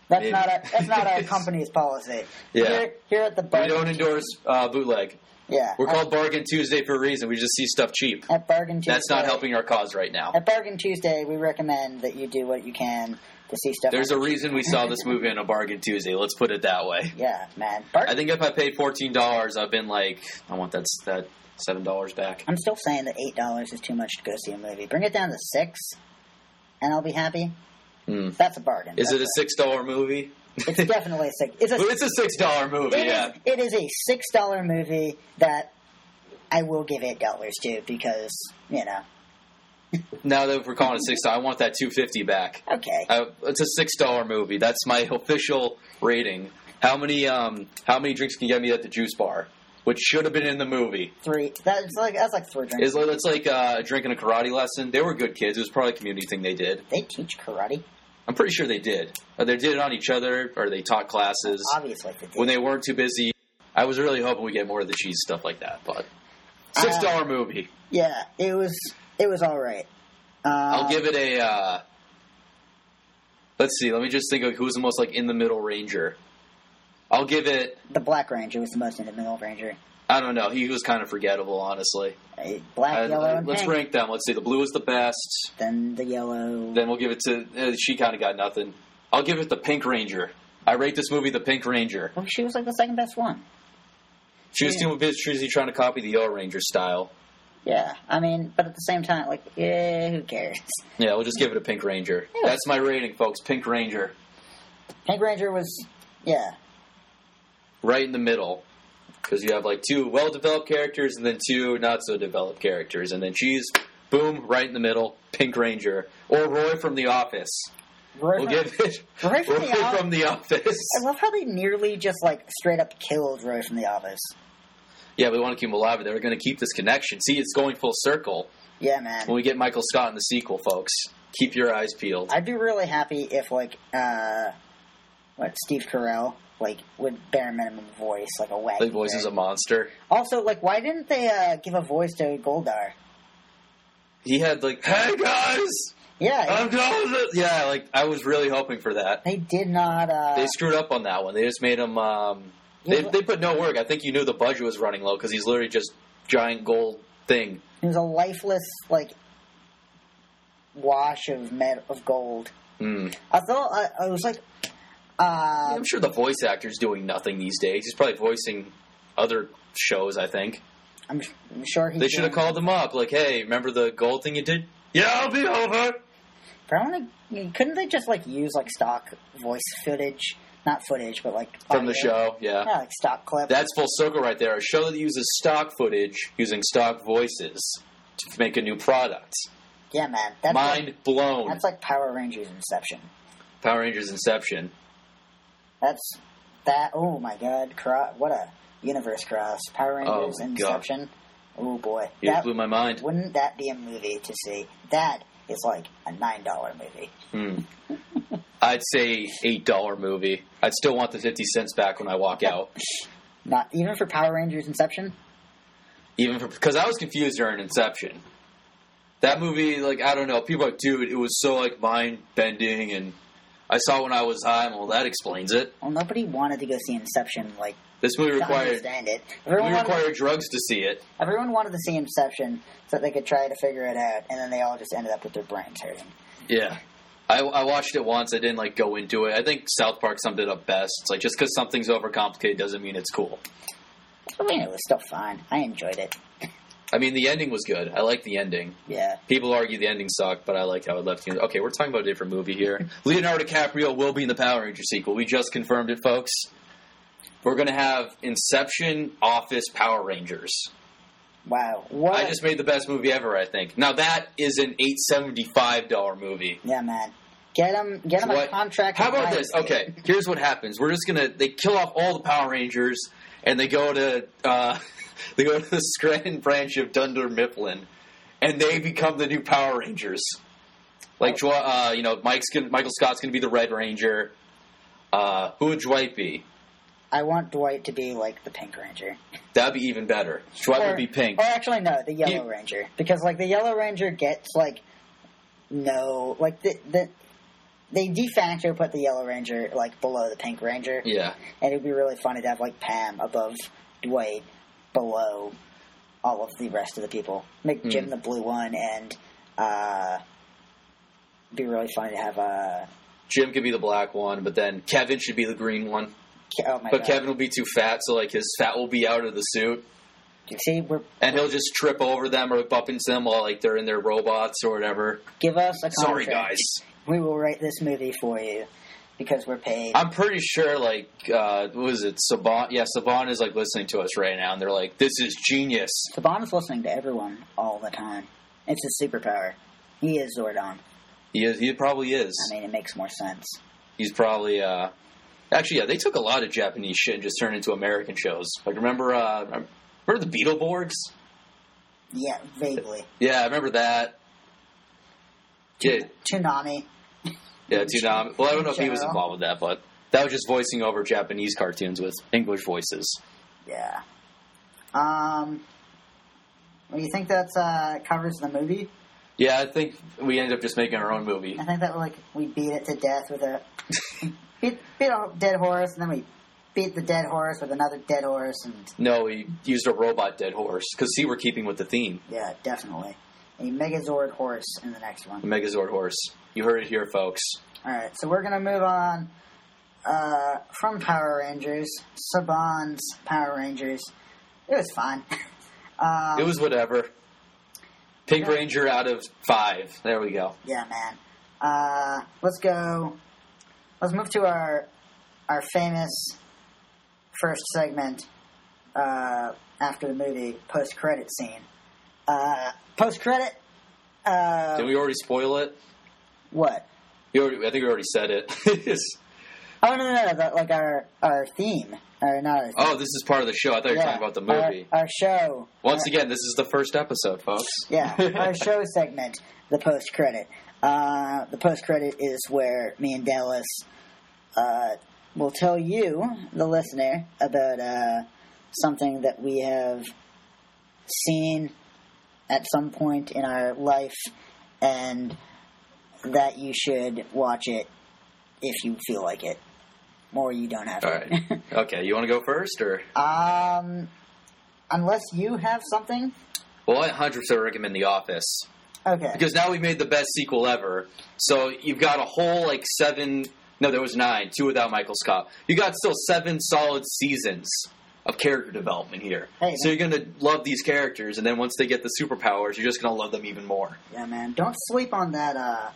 [SPEAKER 2] That's
[SPEAKER 1] Maybe.
[SPEAKER 2] not our, that's not our company's policy.
[SPEAKER 1] Yeah.
[SPEAKER 2] Here, here at the
[SPEAKER 1] We
[SPEAKER 2] bargain,
[SPEAKER 1] don't endorse uh, bootleg.
[SPEAKER 2] yeah,
[SPEAKER 1] We're
[SPEAKER 2] at,
[SPEAKER 1] called Bargain Tuesday for a reason. We just see stuff cheap.
[SPEAKER 2] at bargain Tuesday.
[SPEAKER 1] That's not helping our cause right now.
[SPEAKER 2] At bargain Tuesday, we recommend that you do what you can to see stuff.
[SPEAKER 1] There's a
[SPEAKER 2] on-
[SPEAKER 1] reason we saw this movie on a Bargain Tuesday. Let's put it that way.
[SPEAKER 2] yeah, man.
[SPEAKER 1] I
[SPEAKER 2] Bargain,
[SPEAKER 1] think if I paid fourteen dollars, I've been like, I want that that seven dollars back.
[SPEAKER 2] I'm still saying that eight dollars is too much to go see a movie. Bring it down to six, and I'll be happy.
[SPEAKER 1] Hmm.
[SPEAKER 2] That's a bargain.
[SPEAKER 1] Is it a
[SPEAKER 2] That's
[SPEAKER 1] six dollar movie?
[SPEAKER 2] a- it's definitely a six. It's a
[SPEAKER 1] Well, it's a six dollar movie.
[SPEAKER 2] It is
[SPEAKER 1] yeah,
[SPEAKER 2] it is a six dollar movie that I will give eight dollars to because you know
[SPEAKER 1] now that we're calling it six, I want that two fifty back.
[SPEAKER 2] okay
[SPEAKER 1] Uh, it's a six dollar movie. That's my official rating. How many um how many drinks can you get me at the juice bar? Which should have been in the movie.
[SPEAKER 2] three that's like that's like three drinks.
[SPEAKER 1] It's like, it's like uh, drinking a karate lesson. They were good kids. It was probably a community thing they did.
[SPEAKER 2] they teach karate
[SPEAKER 1] I'm pretty sure they did. Or they did it on each other, or they taught classes
[SPEAKER 2] obviously they do.
[SPEAKER 1] when they weren't too busy. I was really hoping we get more of the cheese stuff like that, but six dollar movie.
[SPEAKER 2] yeah it was it was all right. Um,
[SPEAKER 1] I'll give it a. Uh, let's see. Let me just think of who's the most like in the middle ranger. I'll give it.
[SPEAKER 2] the Black Ranger was the most in the middle Ranger.
[SPEAKER 1] I don't know. He was kind of forgettable, honestly.
[SPEAKER 2] Uh, Black,
[SPEAKER 1] Uh,
[SPEAKER 2] yellow,
[SPEAKER 1] uh,
[SPEAKER 2] and
[SPEAKER 1] let's
[SPEAKER 2] pink.
[SPEAKER 1] rank them. Let's see. The blue is the best.
[SPEAKER 2] Then the yellow.
[SPEAKER 1] Then we'll give it to. Uh, she kind of got nothing. I'll give it the Pink Ranger. I rate this movie the Pink Ranger.
[SPEAKER 2] well, she was like the second best one.
[SPEAKER 1] She was
[SPEAKER 2] Yeah.
[SPEAKER 1] too busy trying to copy the Yellow Ranger style.
[SPEAKER 2] Yeah, I mean, but at the same time, like, yeah, who cares?
[SPEAKER 1] Yeah, we'll just give it a Pink Ranger.
[SPEAKER 2] Yeah.
[SPEAKER 1] That's my rating, folks. Pink Ranger,
[SPEAKER 2] Pink Ranger was, yeah,
[SPEAKER 1] right in the middle, because you have like two well-developed characters and then two not so developed characters, and then she's boom right in the middle. Pink Ranger or Roy from The Office.
[SPEAKER 2] Roy
[SPEAKER 1] We'll
[SPEAKER 2] from-
[SPEAKER 1] give it
[SPEAKER 2] Roy Uh-huh. from
[SPEAKER 1] Roy
[SPEAKER 2] The Office.
[SPEAKER 1] from The Office.
[SPEAKER 2] I love how they nearly just like straight up killed Roy from the office.
[SPEAKER 1] Yeah, we want to keep him alive. They're going to keep this connection. See, it's going full circle.
[SPEAKER 2] Yeah, man.
[SPEAKER 1] When we get Michael Scott in the sequel, folks, keep your eyes peeled.
[SPEAKER 2] I'd be really happy if like uh what Steve Carell like would bare minimum voice like a wacky.
[SPEAKER 1] The voice is a
[SPEAKER 2] thing.
[SPEAKER 1] monster.
[SPEAKER 2] Also, like, why didn't they uh give a voice to Goldar?
[SPEAKER 1] He had like, "Hey guys,
[SPEAKER 2] Yeah,
[SPEAKER 1] I'm going." To-. Yeah, like I was really hoping for that.
[SPEAKER 2] they did not. uh
[SPEAKER 1] They screwed up on that one. They just made him. Um, they, they put no work. I think you knew the budget was running low because he's literally just giant gold thing.
[SPEAKER 2] It was a lifeless like wash of met of gold.
[SPEAKER 1] Hmm.
[SPEAKER 2] I thought I, I was like, uh,
[SPEAKER 1] I'm sure the voice actor's doing nothing these days. He's probably voicing other shows. I think.
[SPEAKER 2] I'm, s- I'm sure he.
[SPEAKER 1] They should have called him up, like, hey, remember the gold thing you did? Yeah, I'll be over.
[SPEAKER 2] Probably couldn't they just like use like stock voice footage, not footage, but like
[SPEAKER 1] from the
[SPEAKER 2] audio?
[SPEAKER 1] show. Yeah.
[SPEAKER 2] Oh, Yeah, like stock clip.
[SPEAKER 1] That's full circle right there. A show that uses stock footage using stock voices to make a new product.
[SPEAKER 2] yeah, man. That's
[SPEAKER 1] Mind
[SPEAKER 2] Like,
[SPEAKER 1] blown.
[SPEAKER 2] that's like Power Rangers Inception.
[SPEAKER 1] Power Rangers Inception.
[SPEAKER 2] That's that. Oh my god, cro- what a universe cross. Power
[SPEAKER 1] Oh
[SPEAKER 2] Rangers
[SPEAKER 1] my God.
[SPEAKER 2] Inception. Oh boy,
[SPEAKER 1] You
[SPEAKER 2] that,
[SPEAKER 1] blew my mind.
[SPEAKER 2] wouldn't that be a movie to see? That is like a nine dollar movie.
[SPEAKER 1] Hmm. I'd say eight dollar movie. I'd still want the fifty cents back when I walk out,
[SPEAKER 2] Not even for Power Rangers Inception.
[SPEAKER 1] even because I was confused during Inception. That movie, like I don't know, people are like, dude, it was so like mind bending, and I saw it when I was high. and, Well, that explains it.
[SPEAKER 2] Well, nobody wanted to go see Inception. Like
[SPEAKER 1] This movie
[SPEAKER 2] to
[SPEAKER 1] required
[SPEAKER 2] understand it.
[SPEAKER 1] we
[SPEAKER 2] Everyone wanted,
[SPEAKER 1] required drugs to see it.
[SPEAKER 2] everyone wanted to see Inception so that they could try to figure it out, and then they all just ended up with their brains hurting.
[SPEAKER 1] Yeah. I, I watched it once. I didn't like go into it. I think South Park summed it up best. It's like just because something's overcomplicated doesn't mean it's cool.
[SPEAKER 2] I mean, it was still fine. I enjoyed it.
[SPEAKER 1] I mean, the ending was good. I like the ending.
[SPEAKER 2] Yeah.
[SPEAKER 1] People argue the ending sucked, but I like how it left you. Okay, we're talking about a different movie here. Leonardo DiCaprio will be in the Power Ranger sequel. We just confirmed it, folks. We're gonna have Inception, Office, Power Rangers.
[SPEAKER 2] Wow. What?
[SPEAKER 1] I just made the best movie ever. I think. Now that is an eight seventy five dollar movie.
[SPEAKER 2] yeah, man. Get him. Get him
[SPEAKER 1] What-
[SPEAKER 2] a contract.
[SPEAKER 1] How
[SPEAKER 2] with
[SPEAKER 1] about
[SPEAKER 2] Lionsgate.
[SPEAKER 1] this? Okay, here's what happens. We're just gonna they kill off all the Power Rangers and they go to uh, they go to the Scranton branch of Dunder Mifflin, and they become the new Power Rangers. Like Dw- uh, you know, Mike's gonna, Michael Scott's gonna be the Red Ranger. Uh, who would Dwight be?
[SPEAKER 2] I want Dwight to be like the Pink Ranger.
[SPEAKER 1] That'd be even better. Dwight would be pink.
[SPEAKER 2] Or actually, no, the Yellow
[SPEAKER 1] He-
[SPEAKER 2] Ranger, because like the Yellow Ranger gets like no, like the the. They de facto put the Yellow Ranger like below the Pink Ranger,
[SPEAKER 1] Yeah,
[SPEAKER 2] and it'd be really funny to have like Pam above Dwight, below all of the rest of the people. Make
[SPEAKER 1] Hmm.
[SPEAKER 2] Jim the blue one, and uh, it'd be really funny to have uh,
[SPEAKER 1] Jim could be the black one, but then Kevin should be the green one.
[SPEAKER 2] Ke- oh my
[SPEAKER 1] But
[SPEAKER 2] god!
[SPEAKER 1] Kevin will be too fat, so like his fat will be out of the suit.
[SPEAKER 2] See, we're
[SPEAKER 1] and he'll just trip over them or bump into them while like they're in their robots or whatever.
[SPEAKER 2] give us a contract.
[SPEAKER 1] Sorry, guys.
[SPEAKER 2] We will write this movie for you because we're paid.
[SPEAKER 1] I'm pretty sure like uh, what was it Saban? Yeah, Saban is like listening to us right now, and they're like, "This is genius."
[SPEAKER 2] Saban is listening to everyone all the time. It's his superpower. He is Zordon.
[SPEAKER 1] He is. He probably is.
[SPEAKER 2] I mean, it makes more sense.
[SPEAKER 1] He's probably. Uh, actually, yeah, they took a lot of Japanese shit and just turned into American shows. Like remember, uh, remember the Beetleborgs?
[SPEAKER 2] Yeah, vaguely.
[SPEAKER 1] Yeah, I remember that. Yeah,
[SPEAKER 2] Toonami.
[SPEAKER 1] yeah, Tsunami. Well, I don't know if he was
[SPEAKER 2] General.
[SPEAKER 1] involved with that, but that was just voicing over Japanese cartoons with English voices.
[SPEAKER 2] Yeah. Um. Well, you think that uh, covers the movie?
[SPEAKER 1] Yeah, I think we ended up just making our own movie.
[SPEAKER 2] I think that like we beat it to death with a beat, beat a dead horse, and then we beat the dead horse with another dead horse, and
[SPEAKER 1] No, we used a robot dead horse because see, we're keeping with the theme,
[SPEAKER 2] yeah, definitely a Megazord horse in the next
[SPEAKER 1] the
[SPEAKER 2] one.
[SPEAKER 1] Megazord horse. You heard it here, folks.
[SPEAKER 2] All right, so we're gonna move on uh, from Power Rangers, Saban's Power Rangers. It was fun. um,
[SPEAKER 1] it was whatever. Pink
[SPEAKER 2] yeah.
[SPEAKER 1] Ranger out of five. There we go.
[SPEAKER 2] yeah, man. Uh, let's go. Let's move to our our famous first segment uh, after the movie post credit scene. Uh, post credit. Uh,
[SPEAKER 1] Did we already spoil it?
[SPEAKER 2] what?
[SPEAKER 1] You already, I think we already said it. It's-
[SPEAKER 2] Oh no, no, no! the- Like our our theme, or not? Our theme.
[SPEAKER 1] oh, this is part of the show. I thought you were
[SPEAKER 2] Yeah, Uh,
[SPEAKER 1] talking about the movie.
[SPEAKER 2] Our, our show. Uh,
[SPEAKER 1] Once again, this is the first episode, folks.
[SPEAKER 2] Yeah, our show segment, the post credit. Uh, the post credit is where me and Dallas uh, will tell you, the listener, about uh, something that we have seen at some point in our life, and that you should watch it if you feel like it, or you don't have
[SPEAKER 1] All
[SPEAKER 2] to.
[SPEAKER 1] right. Okay, you want to go first, or
[SPEAKER 2] Um, unless you have something.
[SPEAKER 1] well, I hundred percent recommend The Office.
[SPEAKER 2] Okay.
[SPEAKER 1] because now we made the best sequel ever. So you've got a whole like seven. No, there was nine, two without Michael Scott. You got still seven solid seasons of character development here.
[SPEAKER 2] Hey,
[SPEAKER 1] so you're gonna love these characters, and then once they get the superpowers, you're just gonna love them even more.
[SPEAKER 2] Yeah, man. Don't sleep on that uh,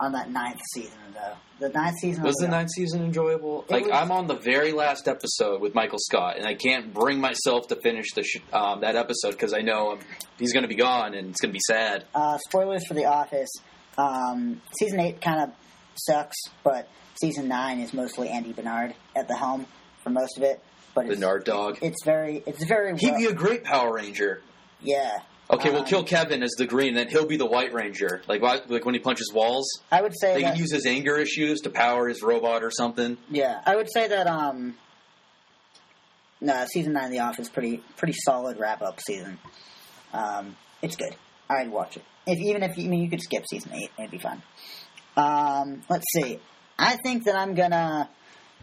[SPEAKER 2] on that ninth season though. The ninth season
[SPEAKER 1] Was the
[SPEAKER 2] real.
[SPEAKER 1] ninth season enjoyable?
[SPEAKER 2] It
[SPEAKER 1] Like
[SPEAKER 2] was-
[SPEAKER 1] I'm on the very last episode with Michael Scott, and I can't bring myself to finish the sh- um, that episode because I know um, he's going to be gone, and it's going to be sad.
[SPEAKER 2] Uh, spoilers for The Office. Um, season eight kind of sucks, but season nine is mostly Andy Bernard at the helm for most of it. But
[SPEAKER 1] The
[SPEAKER 2] it's,
[SPEAKER 1] Nard Dog.
[SPEAKER 2] it's very, it's very.
[SPEAKER 1] He'd
[SPEAKER 2] well-
[SPEAKER 1] be a great Power Ranger.
[SPEAKER 2] yeah,
[SPEAKER 1] Okay, we'll
[SPEAKER 2] Um,
[SPEAKER 1] kill Kevin as the Green, then he'll be the White Ranger. Like why, like when he punches walls,
[SPEAKER 2] I would say
[SPEAKER 1] they
[SPEAKER 2] that.
[SPEAKER 1] could use his anger issues to power his robot or something.
[SPEAKER 2] yeah, I would say that. Um, no, season nine of The Office pretty pretty solid wrap up season. Um, it's good. I'd watch it. If even if you I mean you could skip season eight, it'd be fun. Um, let's see. I think that I'm gonna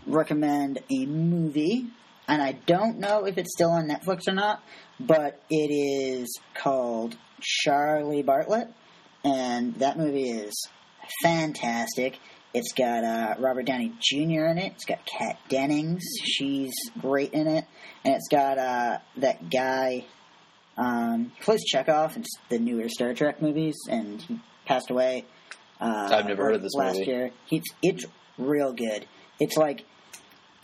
[SPEAKER 2] recommend a movie, and I don't know if it's still on Netflix or not, but it is called Charlie Bartlett, and that movie is fantastic. It's got uh, Robert Downey Jr. in it. It's got Kat Dennings. She's great in it, and it's got uh, that guy um, he plays Chekhov in the newer Star Trek movies, and he passed away. Uh,
[SPEAKER 1] I've never heard of this
[SPEAKER 2] last
[SPEAKER 1] movie.
[SPEAKER 2] year. He's it's real good. It's like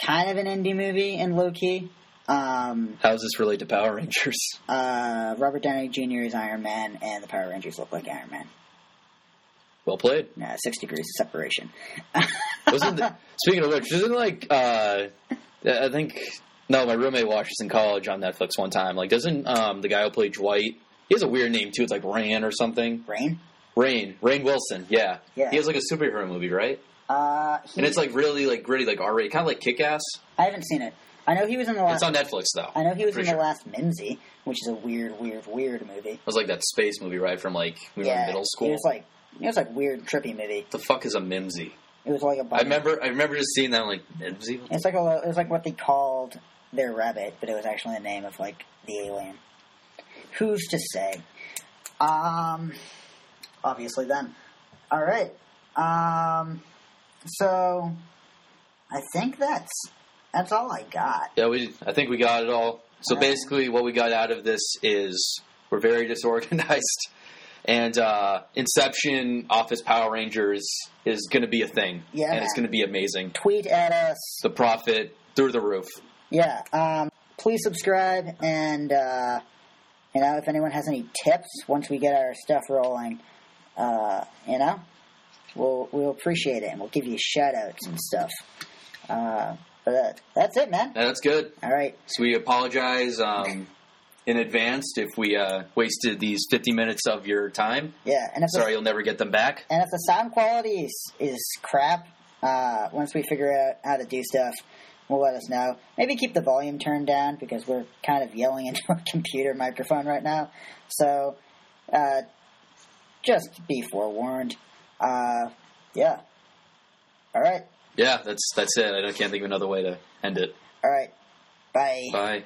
[SPEAKER 2] kind of an indie movie in low key. Um,
[SPEAKER 1] How does this relate to Power Rangers?
[SPEAKER 2] uh, Robert Downey Jr. is Iron Man, and the Power Rangers look like Iron Man.
[SPEAKER 1] Well played.
[SPEAKER 2] Uh, six degrees of separation.
[SPEAKER 1] Wasn't the, speaking of which, isn't like uh, I think no, my roommate watched this in college on Netflix one time. Like, doesn't um, the guy who played Dwight? He has a weird name too. It's like Rain or something.
[SPEAKER 2] Rain.
[SPEAKER 1] Rain, Rain Wilson. Yeah,
[SPEAKER 2] Yeah.
[SPEAKER 1] He has like a superhero movie, right?
[SPEAKER 2] Uh, he,
[SPEAKER 1] And it's like really like gritty, like R-rated, kind of like Kick Ass.
[SPEAKER 2] I haven't seen it. I know he was in the last.
[SPEAKER 1] It's on Netflix though.
[SPEAKER 2] I know he was in
[SPEAKER 1] Pretty
[SPEAKER 2] the
[SPEAKER 1] sure.
[SPEAKER 2] last Mimsy, which is a weird, weird, weird movie.
[SPEAKER 1] It was like that space movie, right? From like we were in middle school.
[SPEAKER 2] It was like it was like weird, trippy movie.
[SPEAKER 1] the fuck is a Mimsy?
[SPEAKER 2] It was like a.
[SPEAKER 1] I remember, I remember just seeing that. I'm like Mimsy.
[SPEAKER 2] It's like a, it was like what they called their rabbit, but it was actually the name of like the alien. Who's to say? Um, obviously them. All right. Um, so I think that's that's all I got.
[SPEAKER 1] Yeah, we. I think we got it all. So
[SPEAKER 2] All right.
[SPEAKER 1] basically, what we got out of this is we're very disorganized, and uh, Inception, Office, Power Rangers is going to be a thing.
[SPEAKER 2] Yeah,
[SPEAKER 1] and it's
[SPEAKER 2] man.
[SPEAKER 1] going to be amazing.
[SPEAKER 2] Tweet at us.
[SPEAKER 1] The profit through the roof.
[SPEAKER 2] Yeah. Um, please subscribe and uh, you know if anyone has any tips once we get our stuff rolling, uh, you know, we'll we'll appreciate it and we'll give you shout outs and stuff. Uh, but that, that's it, man.
[SPEAKER 1] Yeah, that's good.
[SPEAKER 2] All right.
[SPEAKER 1] So we apologize um, in advance if we uh, wasted these fifty minutes of your time.
[SPEAKER 2] Yeah. And if
[SPEAKER 1] Sorry,
[SPEAKER 2] The,
[SPEAKER 1] you'll never get them back.
[SPEAKER 2] and if the sound quality is, is crap, uh, once we figure out how to do stuff. We'll let us know. Maybe keep the volume turned down because we're kind of yelling into our computer microphone right now. So uh, just be forewarned. Uh, yeah. All right.
[SPEAKER 1] Yeah, that's that's it. I don't- can't think of another way to end it.
[SPEAKER 2] All right. Bye.
[SPEAKER 1] Bye.